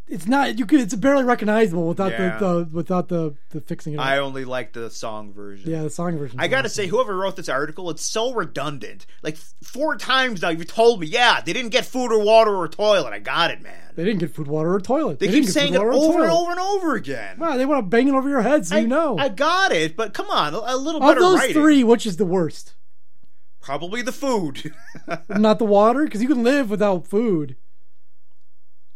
it's not you could it's barely recognizable without Yeah. the, the without the the fixing it. up. I only like the song version. yeah, the song version. I gotta say, whoever wrote this article, it's so redundant. Like f- four times now, you've told me, yeah, they didn't get food or water or toilet. I got it, man. They didn't get food, water, or toilet. They, didn't keep get saying food, it water, or over and toilet. over and over again. Wow, they want to bang it over your head, so I you know. I got it, but come on, a, a little of better those writing. three, which is the worst? Probably the food. [laughs] Not the water, because you can live without food.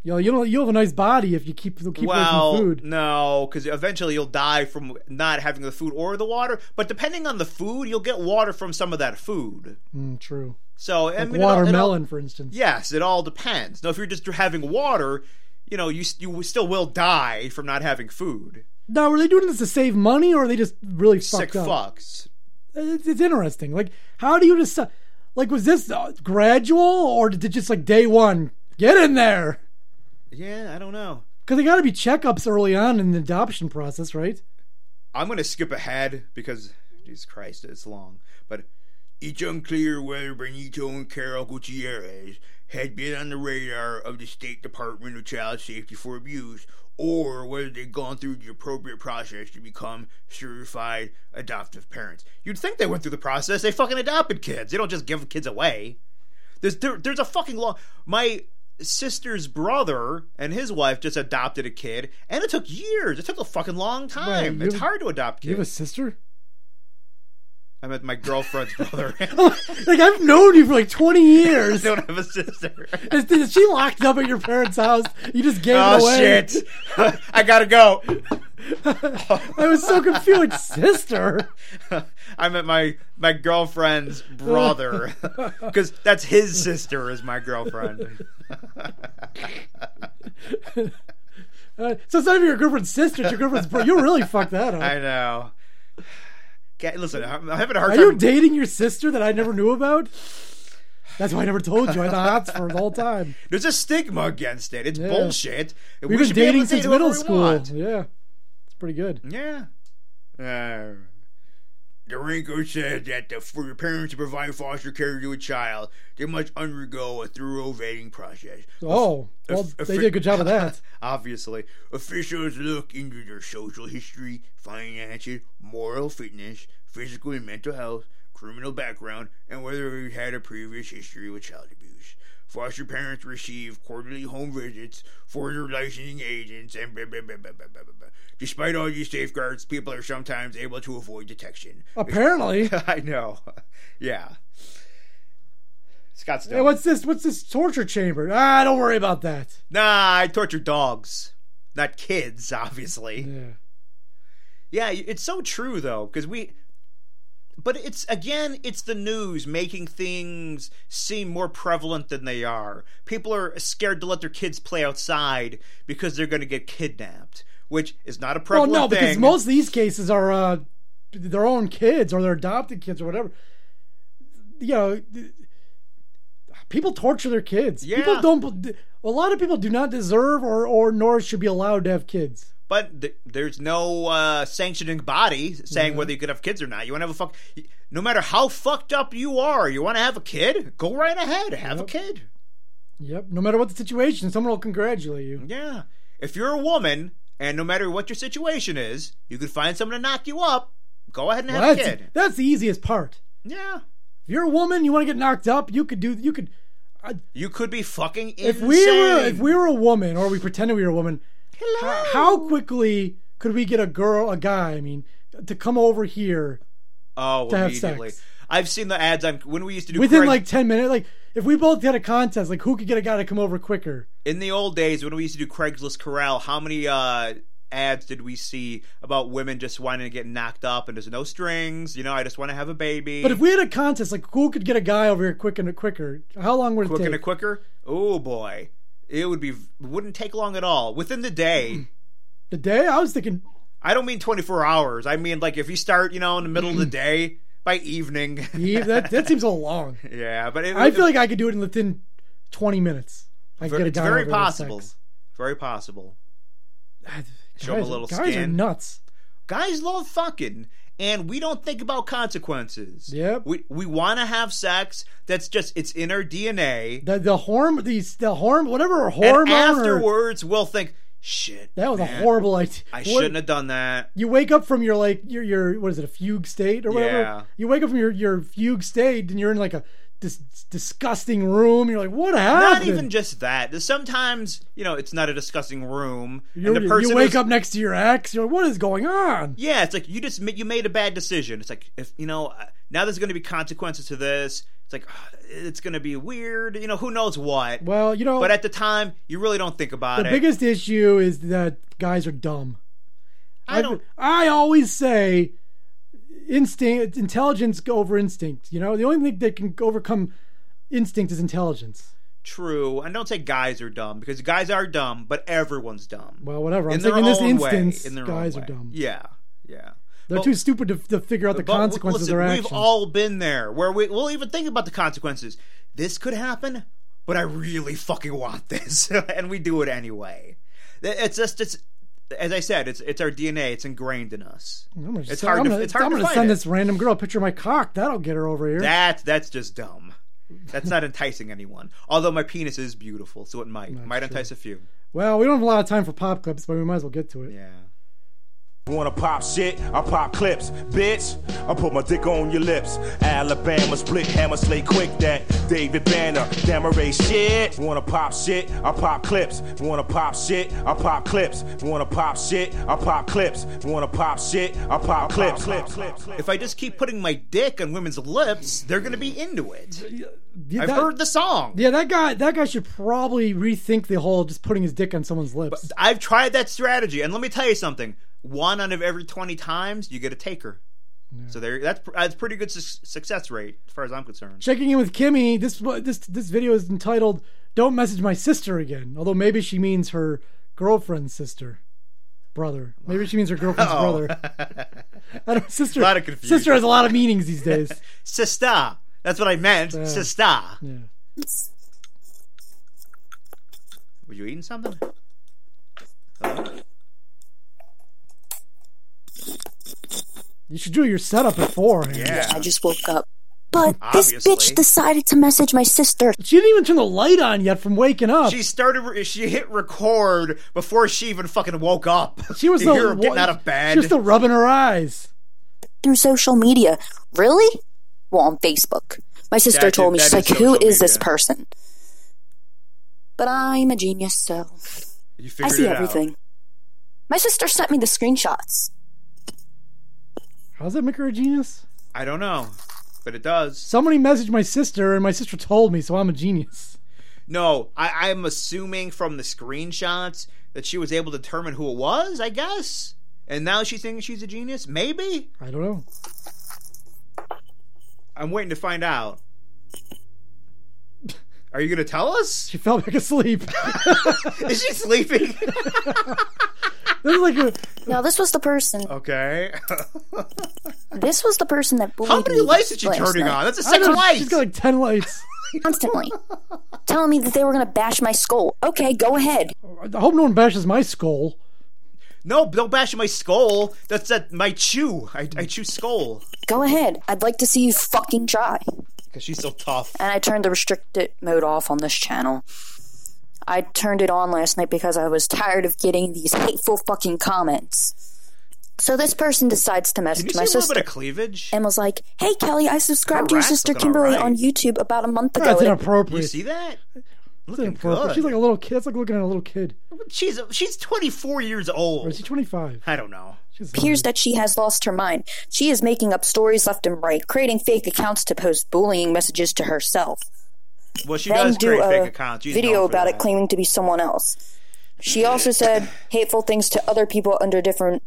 You know, you'll you'll have a nice body if you keep keep away well, from food. no, because eventually you'll die from not having the food or the water. But depending on the food, you'll get water from some of that food. Mm, true. So I mean, it all- it all- Watermelon, for instance. Yes, it all depends. Now, if you're just having water, you know, you you still will die from not having food. Now, were they doing this to save money, or are they just really Sick fucked up? fucks. It's, it's interesting. Like, how do you decide? Like, was this uh, gradual or did it just like day one? Get in there. Yeah, I don't know. Because they got to be checkups early on in the adoption process, right? I'm gonna skip ahead because Jesus Christ, it's long. But It's unclear whether Benito and Carol Gutierrez had been on the radar of the State Department of Child Safety for Abuse or whether they'd gone through the appropriate process to become certified adoptive parents. you'd think they went through the process. They fucking adopted kids. They don't just give kids away. There's there, there's a fucking law. My sister's brother and his wife just adopted a kid, and it took years. It took a fucking long time. you it's have- hard to adopt Do you have a kids. sister? [laughs] I met my girlfriend's brother. [laughs] like, I've known you for like 20 years. I don't have a sister. Is, is she locked up at your parents' house? You just gave it oh away. shit! [laughs] I gotta go. [laughs] I [laughs] was so confused. Like, Sister? I met my my girlfriend's [laughs] brother because that's his sister is my girlfriend. Uh, so it's not even your girlfriend's sister. It's your girlfriend's brother. You really fucked that up. I know. Can't- listen, I'm, I'm having a hard Are time. you dating your sister that I never knew about? That's why I never told you. I thought that's for the whole time. There's a stigma against it. It's Yeah. bullshit. We've And we been should be able dating to since date whoever middle we school. want. Yeah. It's pretty good. Yeah. Uh, Darinko said that the, for the parents to provide foster care to a child, they must undergo a thorough vetting process. Oh, well, if- they did a good job of that. obviously. Officials look into their social history, finances, moral fitness, physical and mental health, criminal background, and whether they had a previous history with child abuse. Foster parents receive quarterly home visits for their licensing agents, and blah, blah, blah, blah, blah, blah, blah, blah. Despite all these safeguards, people are sometimes able to avoid detection. [laughs] Apparently. I know. Yeah. Scott's Hey, what's this? What's this torture chamber? Ah, don't worry about that. Nah, I torture dogs, [laughs] not kids, obviously. Yeah. Yeah, it's so true though, because we. But it's again, it's the news making things seem more prevalent than they are. People are scared to let their kids play outside because they're going to get kidnapped, which is not a Well, prevalent no, thing. because most of these cases are uh, their own kids or their adopted kids or whatever. You know, th- people torture their kids. People Yeah. don't. A lot of people do not deserve or or nor should be allowed to have kids. But th- there's no uh, sanctioning body saying whether you could have kids or not. You want to have a fuck. No matter how fucked up you are, you want to have a kid? Go right ahead. Have a kid. Yep. No matter what the situation, someone will congratulate you. Yeah. If you're a woman, and no matter what your situation is, you could find someone to knock you up, go ahead and have Well, a that's, kid. that's the easiest part. Yeah. If you're a woman, you want to get knocked up, you could do. You could. uh, You could be fucking insane. If we were if we were a woman, or we pretended we were a woman, Hello. How- how quickly could we get a girl, a guy, I mean, to come over here Oh, have immediately. sex. I've seen the ads on when we used to do within Craigslist- like 10 minutes? Like, if we both had a contest, like, who could get a guy to come over quicker? in the old days when we used to do Craigslist Corral, how many uh, ads did we see about women just wanting to get knocked up and there's no strings? You know, I just want to have a baby. But if we had a contest, like, who could get a guy over here quick and quicker? How long would it quicker take? and quicker, oh boy, it would be wouldn't take long at all within the day. the day? I was thinking, I don't mean 24 hours. I mean like if you start, you know, in the middle of the day by evening. yeah, [laughs] that, that seems a little long. yeah, but it, I feel like I could do it in within 20 minutes. I could get a it's guy very over with possible. sex. Very possible. Show 'em guys, a little guys are skin. nuts. guys love fucking and we don't think about consequences. Yep. We we want to have sex. That's just it's in our DNA. The, the horm, these, the horm, whatever and hormone. or- afterwards we'll think, shit. that was man, a horrible idea. I What- shouldn't have done that. you wake up from your like your your what is it a fugue state or whatever Yeah. you wake up from your your fugue state and you're in like a dis- disgusting room you're like what Not happened even just that. Sometimes, you know, it's not a disgusting room You're- and the you person wake is- up next to your ex you're like what is going on Yeah, it's like you just ma- you made a bad decision. It's like if you know uh, now there's going to be consequences to this. It's like ah, it's going to be weird. You know who knows what. well you know But at the time, you really don't think about the it. biggest issue is that guys are dumb I I've- don't. I always say instinct intelligence over instinct you know the only thing that can overcome instinct is intelligence True, and don't say guys are dumb because guys are dumb, but everyone's dumb well whatever i'm in saying their in this own way. instance In their own guys are way. dumb Yeah, yeah. They're But- too stupid to, to figure out the But w- consequences listen, of their we've actions. all been there where we, we'll even think about the consequences. This could happen, but I really fucking want this, [laughs] and we do it anyway. Th- It's just it's as I said, it's it's our DNA. It's ingrained in us. I'm gonna, It's send- hard I'm to- gonna, it's hard I'm to gonna fight send it. this random girl a picture of my cock. That'll get her over here. That that's just dumb. That's not enticing anyone. Although my penis is beautiful, so it might might entice a few. well, we don't have a lot of time for pop clips, but we might as well get to it. Yeah. Wanna pop shit? I pop clips, bitch. I put my dick on your lips. Alabama split hammer slay quick that David Banner, Damaray shit. Wanna pop shit? I pop clips. Wanna pop shit? I pop clips. Wanna pop shit? I pop clips. Wanna pop shit? I pop clips. If I just keep putting my dick on women's lips, they're gonna be into it. Yeah, I've that, heard the song. yeah, that guy. That guy should probably rethink the whole just putting his dick on someone's lips. I've tried that strategy, and let me tell you something: one out of every twenty times, you get a taker. So there, that's that's pretty good su- success rate as far as I'm concerned. Checking in with Kimmy. This this this video is entitled "Don't Message My Sister Again." Although maybe she means her girlfriend's sister, brother. Maybe she means her girlfriend's brother. I [laughs] don't sister. Oh. Lot of confusion. Sister has a lot of meanings these [laughs] days. [laughs] Sister, that's what I meant. Sister, yeah. were you eating something? Hello? You should do your setup at four. Henry. Yeah. I just woke up. But this Obviously. bitch decided to message my sister. She didn't even turn the light on yet from waking up. She started. She hit record before she even fucking woke up. She was [laughs] You still hear her getting out of She bed. was still rubbing her eyes. Through social media. Really? Well, on Facebook. My sister That told is- me, she's that like, is who social is this media. person? But I'm a genius, so you I figured see it out. everything. My sister sent me the screenshots. How does that make her a genius? I don't know, but it does. Somebody messaged my sister, and my sister told me, so I'm a genius. No, I, I'm assuming from the screenshots that she was able to determine who it was, I guess. And now she's thinking she's a genius? Maybe? I don't know. I'm waiting to find out. Are you going to tell us? [laughs] She [laughs] fell back asleep. Is she sleeping? this is like a, Now, this was the person. [laughs] okay. This was the person that bullied How many me lights is she last turning night. on? That's a I six don't know, lights. She's got like ten lights. [laughs] Constantly. telling me that they were going to bash my skull. Okay, go ahead. I hope no one bashes my skull. No, don't bash my skull. That's that my chew. I, I chew skull. Go ahead. I'd like to see you fucking try. Because she's so tough. and I turned the restricted mode off on this channel. I turned it on last night because I was tired of getting these hateful fucking comments. So this person decides to Can you message see my a little sister bit of cleavage? and was like, "Hey Kelly, I subscribed to your rat's sister looking Kimberly alright. on YouTube about a month ago." That's and it- You inappropriate. see that? That's Looking inappropriate. good. She's like a little kid. That's like looking at a little kid. she's, she's 24 years Or is old. she 25? I don't know. She's appears that she has lost her mind. She is making up stories left and right, creating fake accounts to post bullying messages to herself. Well, she then does do create fake a accounts. She's video known for about it that. claiming to be someone else. She also said hateful things to other people under different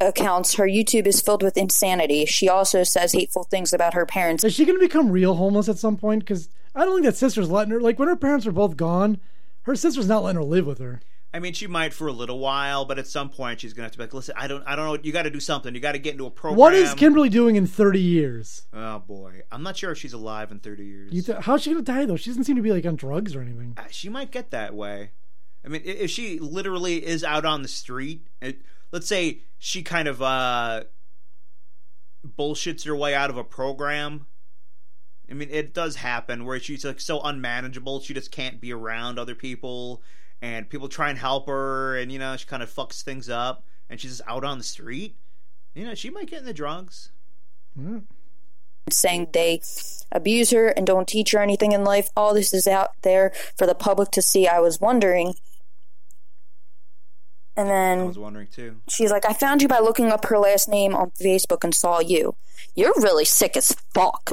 accounts. Her YouTube is filled with insanity. She also says hateful things about her parents. Is she going to become real homeless at some point? Because I don't think that sister's letting her. Like when her parents were both gone, her sister's not letting her live with her. I mean, she might for a little while, but at some point she's gonna have to be like, listen, I don't, I don't know. You got to do something. You got to get into a program. What is Kimberly doing in 30 years? Oh boy, I'm not sure if she's alive in 30 years. You th- how's she going to die though? She doesn't seem to be like on drugs or anything. Uh, she might get that way. I mean, i- if she literally is out on the street, it, let's say she kind of uh, bullshits her way out of a program. I mean, it does happen where she's like so unmanageable, she just can't be around other people, and people try and help her, and you know, she kind of fucks things up, and she's just out on the street. You know, she might get into drugs. saying they abuse her and don't teach her anything in life. All this is out there for the public to see. I was wondering. And I then was wondering too. she's like, I found you by looking up her last name on Facebook and saw you. You're really sick as fuck.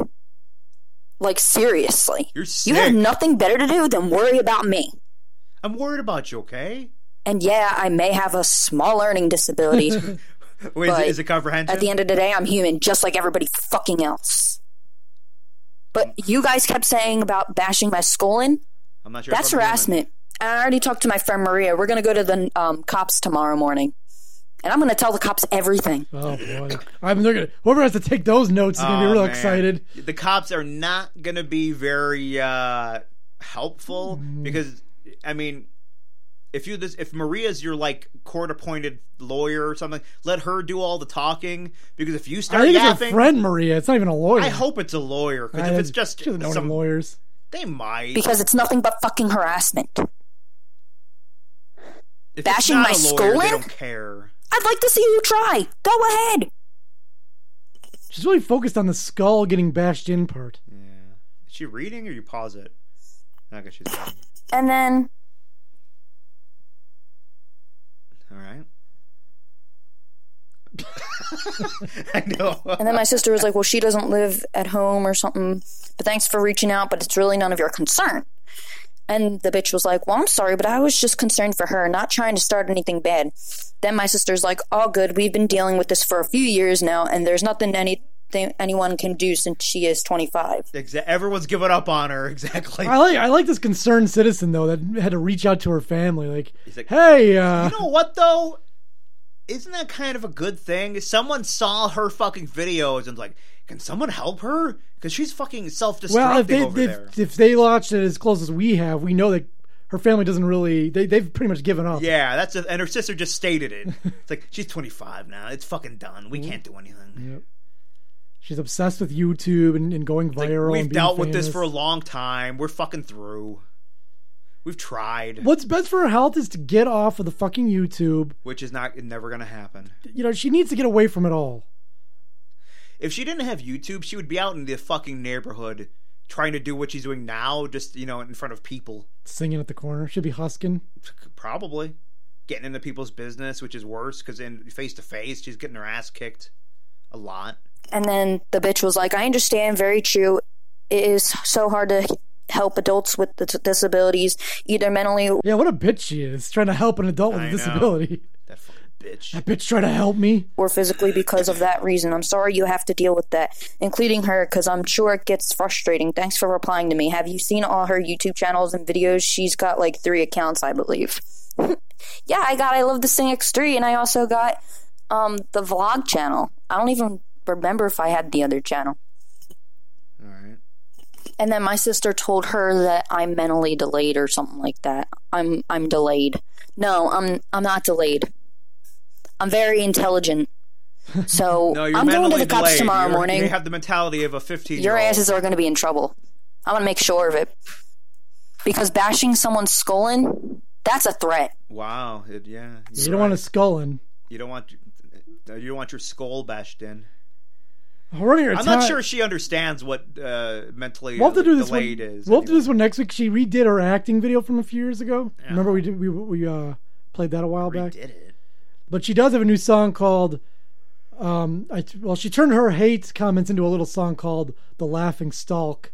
Like, seriously. You're sick. You have nothing better to do than worry about me. I'm worried about you. Okay. And yeah, I may have a small learning disability. Wait, is it, But is it comprehension? At the end of the day, I'm human just like everybody fucking else. But you guys kept saying about bashing my skull in. I'm not sure. if That's I'm human. harassment. And I already talked to my friend Maria. We're going to go to the um, cops tomorrow morning. and I'm going to tell the cops everything. Oh boy! I mean, they're gonna whoever has to take those notes is gonna be real Oh, man. excited. The cops are not going to be very uh, helpful Mm-hmm. because, I mean, if you this if Maria's your like court appointed lawyer or something, let her do all the talking because if you I start think it's yapping, a friend, Maria. It's not even a lawyer. I hope it's a lawyer because I- if it's just she doesn't know some any lawyers. they might because it's nothing but fucking harassment. if bashing it's not my a lawyer, They schooling? don't care. I'd like to see you try. Go ahead. She's really focused on the skull getting bashed in part. Yeah. Is she reading or you pause it? I guess she's reading. And then all right. [laughs] I know. and then my sister was like, "Well, she doesn't live at home or something." But thanks for reaching out, but it's really none of your concern. And the bitch was like, "Well, I'm sorry, but I was just concerned for her, not trying to start anything bad." Then my sister's like, "All good. We've been dealing with this for a few years now, and there's nothing anything anyone can do since she is 25." Exa- everyone's giving up on her. [laughs] Exactly. I like I like this concerned citizen though that had to reach out to her family like, He's like- hey, uh, You know what though? Isn't that kind of a good thing? Someone saw her fucking videos and was like, can someone help her? Because she's fucking self-destructing well if they over there. if, if they launched it as close as we have, we know that her family doesn't really they they've pretty much given up. Yeah, that's a, and her sister just [laughs] stated it. It's like she's 25 now. It's fucking done. We can't do anything. She's obsessed with YouTube and, and going Like, viral. and we've being dealt with this famous. for a long time. We're fucking through. We've tried, What's best for her health is to get off of the fucking YouTube. which is not never gonna happen. You know, she needs to get away from it all. If she didn't have YouTube, she would be out in the fucking neighborhood trying to do what she's doing now, just you know, in front of people. [laughs] Singing at the corner. She'd be husking. Probably getting into people's business, which is worse because in face to face, she's getting her ass kicked a lot. And then the bitch was like, I understand, very true. It is so hard to help adults with the disabilities, either mentally. Yeah, what a bitch she is. Trying to help an adult with I a know. disability. That fucking bitch. That bitch trying to help me. or physically because of that reason. I'm sorry you have to deal with that, including her, because I'm sure it gets frustrating. Thanks for replying to me. Have you seen all her YouTube channels and videos? She's got like three accounts, I believe. [laughs] yeah, I got I Love the Sing X3, and I also got um, the vlog channel. I don't even remember if I had the other channel. All right. And then my sister told her that I'm mentally delayed or something like that. I'm I'm delayed. No, I'm I'm not delayed. I'm very intelligent. So [laughs] No, you're I'm going to mentally the cops delayed. tomorrow You're- morning. You have the mentality of a 15 Your year old. asses are going to be in trouble. I'm going to make sure of it. Because bashing someone's skull in, that's a threat. Wow. It, yeah. You don't want to sculling. You don't want. uh, You don't want your skull bashed in. We're running out of I'm not time. sure she understands what uh, mentally We'll have to do this one. delayed is. we'll have to do anyway. this one next week. She redid her acting video from a few years ago. Remember we did, we we uh, played that a while back. Did it? But she does have a new song called. Um, I, well, she turned her hate comments into a little song called "The Laughing Stalk"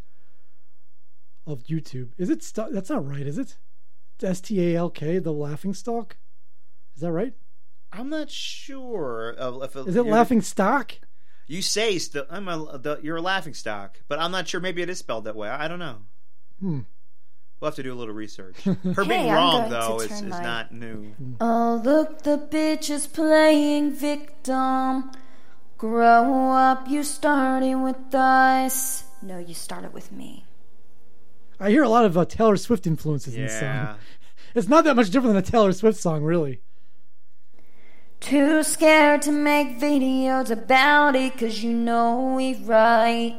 of YouTube. Is it? St- that's not right, is it? S T A L K, the Laughing Stalk. Is that right? I'm not sure. Of if Is it you're- Laughing Stock? You say st- I'm a, the, you're a laughing stock, but I'm not sure. Maybe it is spelled that way. I don't know. Hmm. We'll have to do a [laughs] little research. Her being I'm wrong going to though is, turn is my- not new. Oh, look, the bitch is playing victim. Grow up, you starting with us. No, you started with me. I hear a lot of uh, Taylor Swift influences in this Yeah. song. It's not that much different than a Taylor Swift song, really. Too scared to make videos about it, cause you know we right.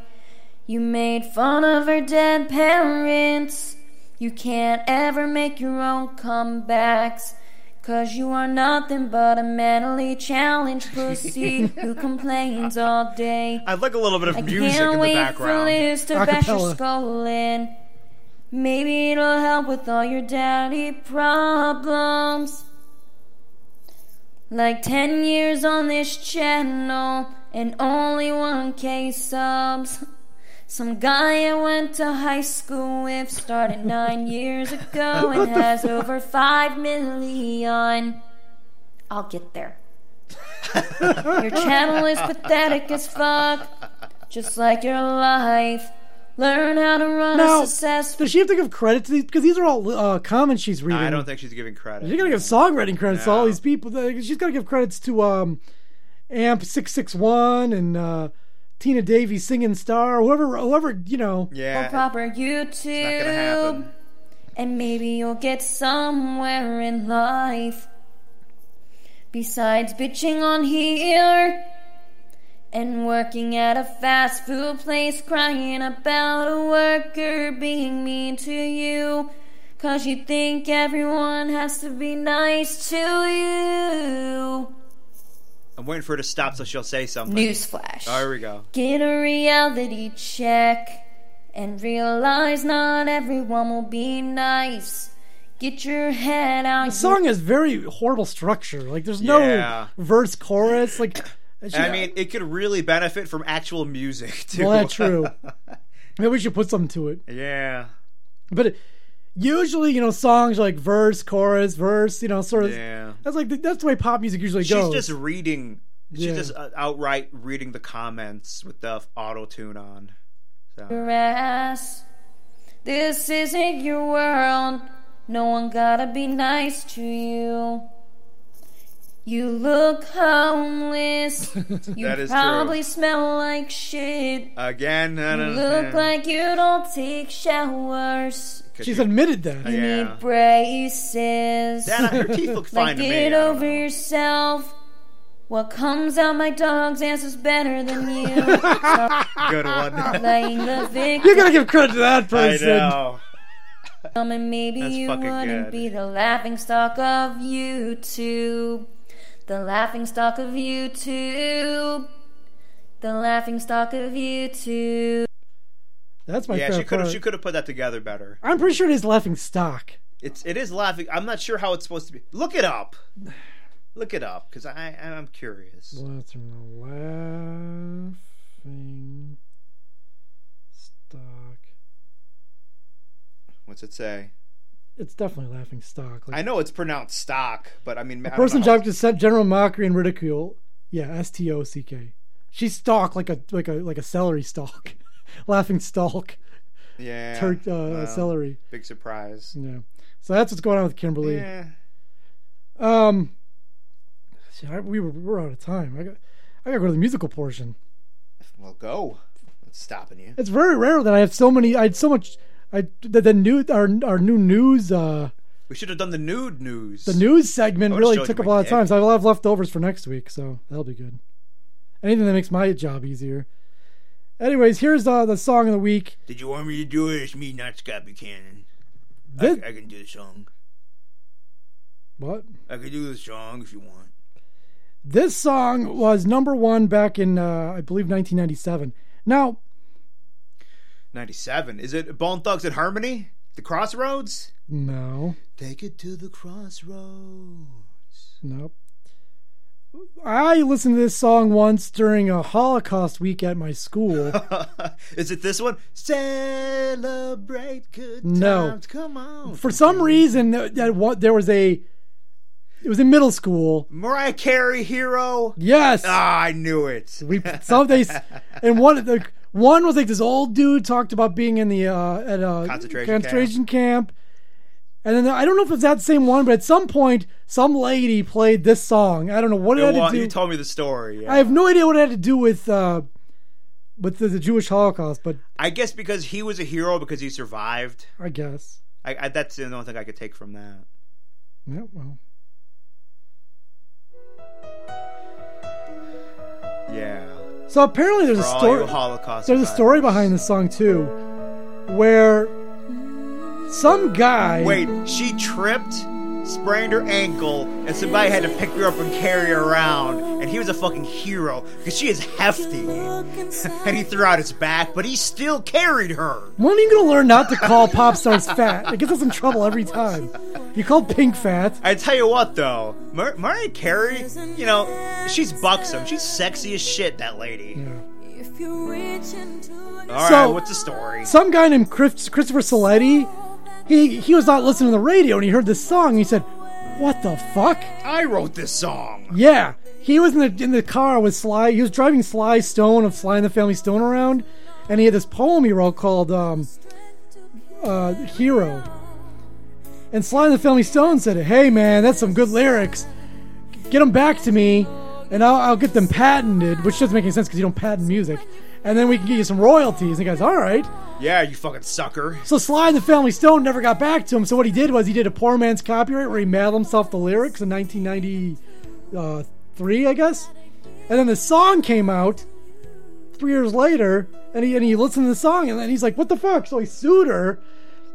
You made fun of her dead parents. You can't ever make your own comebacks. Cause you are nothing but a mentally challenged pussy who complains all day. I like a little bit of I music in can't the wait for background. Liz to bash your Acapella. skull in. Maybe it'll help with all your daddy problems. Like 10 years on this channel and only 1k subs. Some guy I went to high school with started nine years ago and has over 5 million. I'll get there. Your channel is pathetic as fuck, just like your life. Learn how to run Now, a successful. Does she have to give credit to these? Because these are all uh, comments she's reading. I don't think she's giving credit. She's gotta give songwriting credits to all these people. She's gotta give credits to um, Amp six six one and uh, Tina Davies singing star, whoever, whoever you know. yeah, proper not gonna YouTube, happen. and maybe you'll get somewhere in life. Besides bitching on here and working at a fast food place, crying about a worker being mean to you. Cause you think everyone has to be nice to you. I'm waiting for her to stop so she'll say something. Newsflash. Oh, here we go. Get a reality check and realize not everyone will be nice. Get your head out. The song has very horrible structure. Like there's no Yeah. verse chorus. Like she- I mean, it could really benefit from actual music [laughs] too. well, that's true. Maybe we should put something to it. yeah, But it, usually, you know, songs are like verse, chorus, verse. You know, sort of. yeah. That's like the, that's the way pop music usually She's goes. just reading. Yeah. She's just uh, outright reading the comments with the auto tune on. So your ass. This isn't your world. No one gotta be nice to you. You look homeless. You That is true. probably smell like shit. again, no, You no, no, look like you don't take showers. She's [laughs] admitted that. yeah. Need braces. That, her teeth look fine like to me. get I don't over know. yourself. What comes out my dog's ass is better than you. [laughs] Good [laughs] one. Playing the You victim, gotta give credit to that [laughs] I person. [laughs] know. and maybe That's you fucking wouldn't good. be the laughing stock of YouTube. The laughing stock of YouTube. The laughing stock of YouTube. That's my Yeah, she favorite could have. part. She could have put that together better. I'm pretty sure it is laughing stock. It's. It is laughing. I'm not sure how it's supposed to be. Look it up. Look it up because I. I'm curious. Let's laughing stock. What's it say? It's definitely laughing stock. I Like, know it's pronounced stock, but I mean, I don't person know. job to set general mockery and ridicule. Yeah, S T O C K. She stalk like a like a like a celery stalk, [laughs] laughing stalk, Yeah. tur- uh, well, celery. Big surprise. Yeah. So that's what's going on with Kimberly. Yeah. Um, see, I, we were we're out of time. I got I gotta go to the musical portion. Well, go. It's stopping you. It's very rare that I have so many. I had so much. I the, the new our our new news uh We should have done the nude news. the news segment I would've really showed took you up a my lot of dick. time, so I will have leftovers for next week. So that'll be good. Anything that makes my job easier. Anyways, here's uh, the song of the week. Did you want me to do it? It's me, not Scott Buchanan. I, This, I can do the song. what? I can do the song if you want. This song was number one back in uh, I believe 1997. Now 97. Is it Bone Thugs and Harmony? The Crossroads? no. Take it to the crossroads. Nope. I listened to this song once during a Holocaust week at my [laughs] school. [laughs] Is it this one? Celebrate good times. No. Come on. For some reason, th- that wa- there was a. It was in middle school. Mariah Carey hero. Yes, Ah, I knew it. we some they, s- and one of the one was like this old dude talked about being in the uh, at a Concentration concentration camp. and then I don't know if it's that same one, but at some point, some lady played this song. I don't know what it, Well, had to do. you told me the story. yeah. I have no idea what it had to do with uh, with the, the Jewish Holocaust, but I guess because he was a hero because he survived. I guess. I, I, that's the only thing I could take from that. Yeah, well, Yeah. so apparently there's For a all story. you Holocaust. There's a survivors. story behind this song too, where some guy. Wait, she tripped, sprained her ankle, and somebody had to pick her up and carry her around. And he was a fucking hero because she is hefty. [laughs] and he threw out his back, but he still carried her. When are you gonna learn not to call pop stars fat? It gets us in trouble every time. You call Pink fat. I tell you what, though, Mar- Mariah Carey, you know, she's buxom. She's sexy as shit, that lady. Yeah. All right, So- what's the story? Some guy named Chris, Christopher Saletti, he he was not listening to the radio and he heard this song. And he said, "What the fuck?" I wrote this song. Yeah, he was in the in the car with Sly. He was driving Sly Stone of Sly and the Family Stone around, and he had this poem he wrote called um, uh, "Hero." And Sly and the Family Stone said, "Hey man, that's some good lyrics. Get them back to me, and I'll, I'll get them patented, which doesn't make any sense because you don't patent music. And then we can get you some royalties." And he goes, "All right." Yeah, you fucking sucker. So Sly and the Family Stone never got back to him. So what he did was he did a poor man's copyright where he mailed himself the lyrics in 1993, I guess. And then the song came out three years later, and he and he listened to the song, and then he's like, "What the fuck?" So he sued her,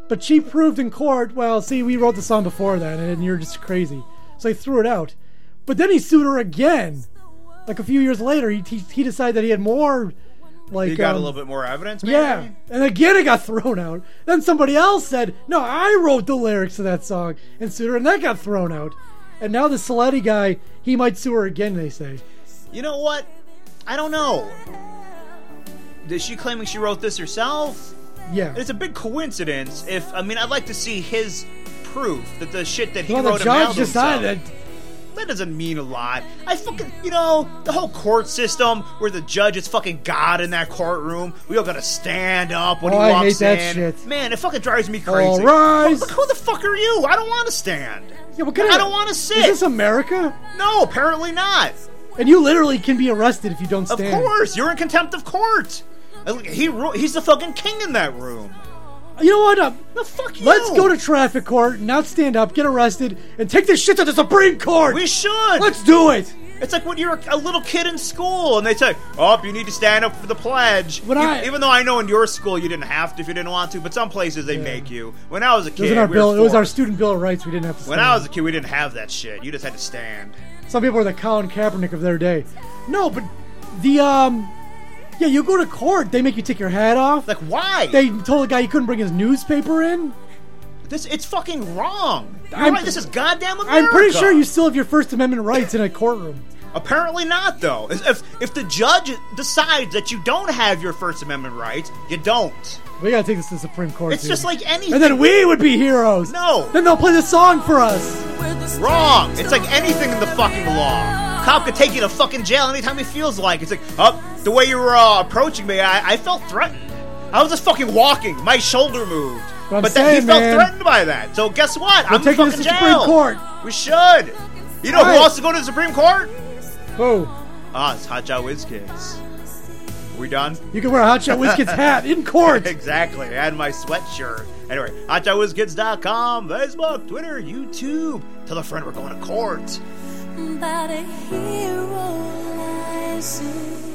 but she proved in court, "Well, see, we wrote the song before then, and you're just crazy." So he threw it out. But then he sued her again, like a few years later. He he, he decided that he had more, like You got a um, little bit more evidence, maybe? yeah, and again it got thrown out. Then somebody else said, "No, I wrote the lyrics to that song," and sued her, and that got thrown out. And now the Saletti guy, he might sue her again. They say You know what? I don't know. Is she claiming she wrote this herself? Yeah. It's a big coincidence. If I mean, I'd like to see his proof that the shit that he well, wrote the and mailed judge decided. himself- that doesn't mean a lot. I fucking, you know, the whole court system where the judge is fucking god in that courtroom. We all gotta stand up when Oh, he I walks hate that in. shit. Man, it fucking drives me crazy. All rise. Look, who the fuck are you? I don't want to stand. Yeah, what kind I of- don't wanna Is sit. this America? No, apparently not. And you literally can be arrested if you don't Of stand. course, you're in contempt of court. Uh, He ru- he's the fucking king in that room. You know what? Uh, The fuck you. let's go to traffic court, not stand up, get arrested, and take this shit to the Supreme Court. We should. Let's do it. It's like when you're a little kid in school and they say, "Up, you need to stand up for the pledge." When E- I- even though I know in your school you didn't have to if you didn't want to, but some places they make you. When I was a It was kid, in our we were bill. It was our forced. student bill of rights. We didn't have to. When stand I was up. a kid, we didn't have that shit. You just had to stand. Some people are the Colin Kaepernick of their day. No, but the um, yeah, you go to court. They make you take your hat off. Like why? They told the guy he couldn't bring his newspaper in. this it's fucking wrong. You're I'm- right, this is goddamn America. I'm pretty sure you still have your First Amendment rights in a courtroom. Apparently not, though. If if- if the judge decides that you don't have your First Amendment rights, you don't. We gotta take this to the Supreme Court. It's dude. just like anything. And then we would be heroes. No. Then they'll play the song for us. Wrong. It's like anything in the fucking law. Cop could take you to fucking jail anytime he feels like. It's like, up the way you were uh, approaching me, I, I felt threatened. I was just fucking walking. My shoulder moved. But I'm but then he saying, felt man. threatened by that. So guess what? I'm in taking fucking this to jail. Supreme Court. We should. You know Right. who wants to go to the Supreme Court? Oh, Ah, it's Hot Jaw Kids. We done? you can wear a Hotshot Whiskey's hat in court. [laughs] Exactly. And my sweatshirt. Anyway, hotjawizkids.com, Facebook, Twitter, YouTube. Tell a friend we're going to court. But a hero I see. Mm,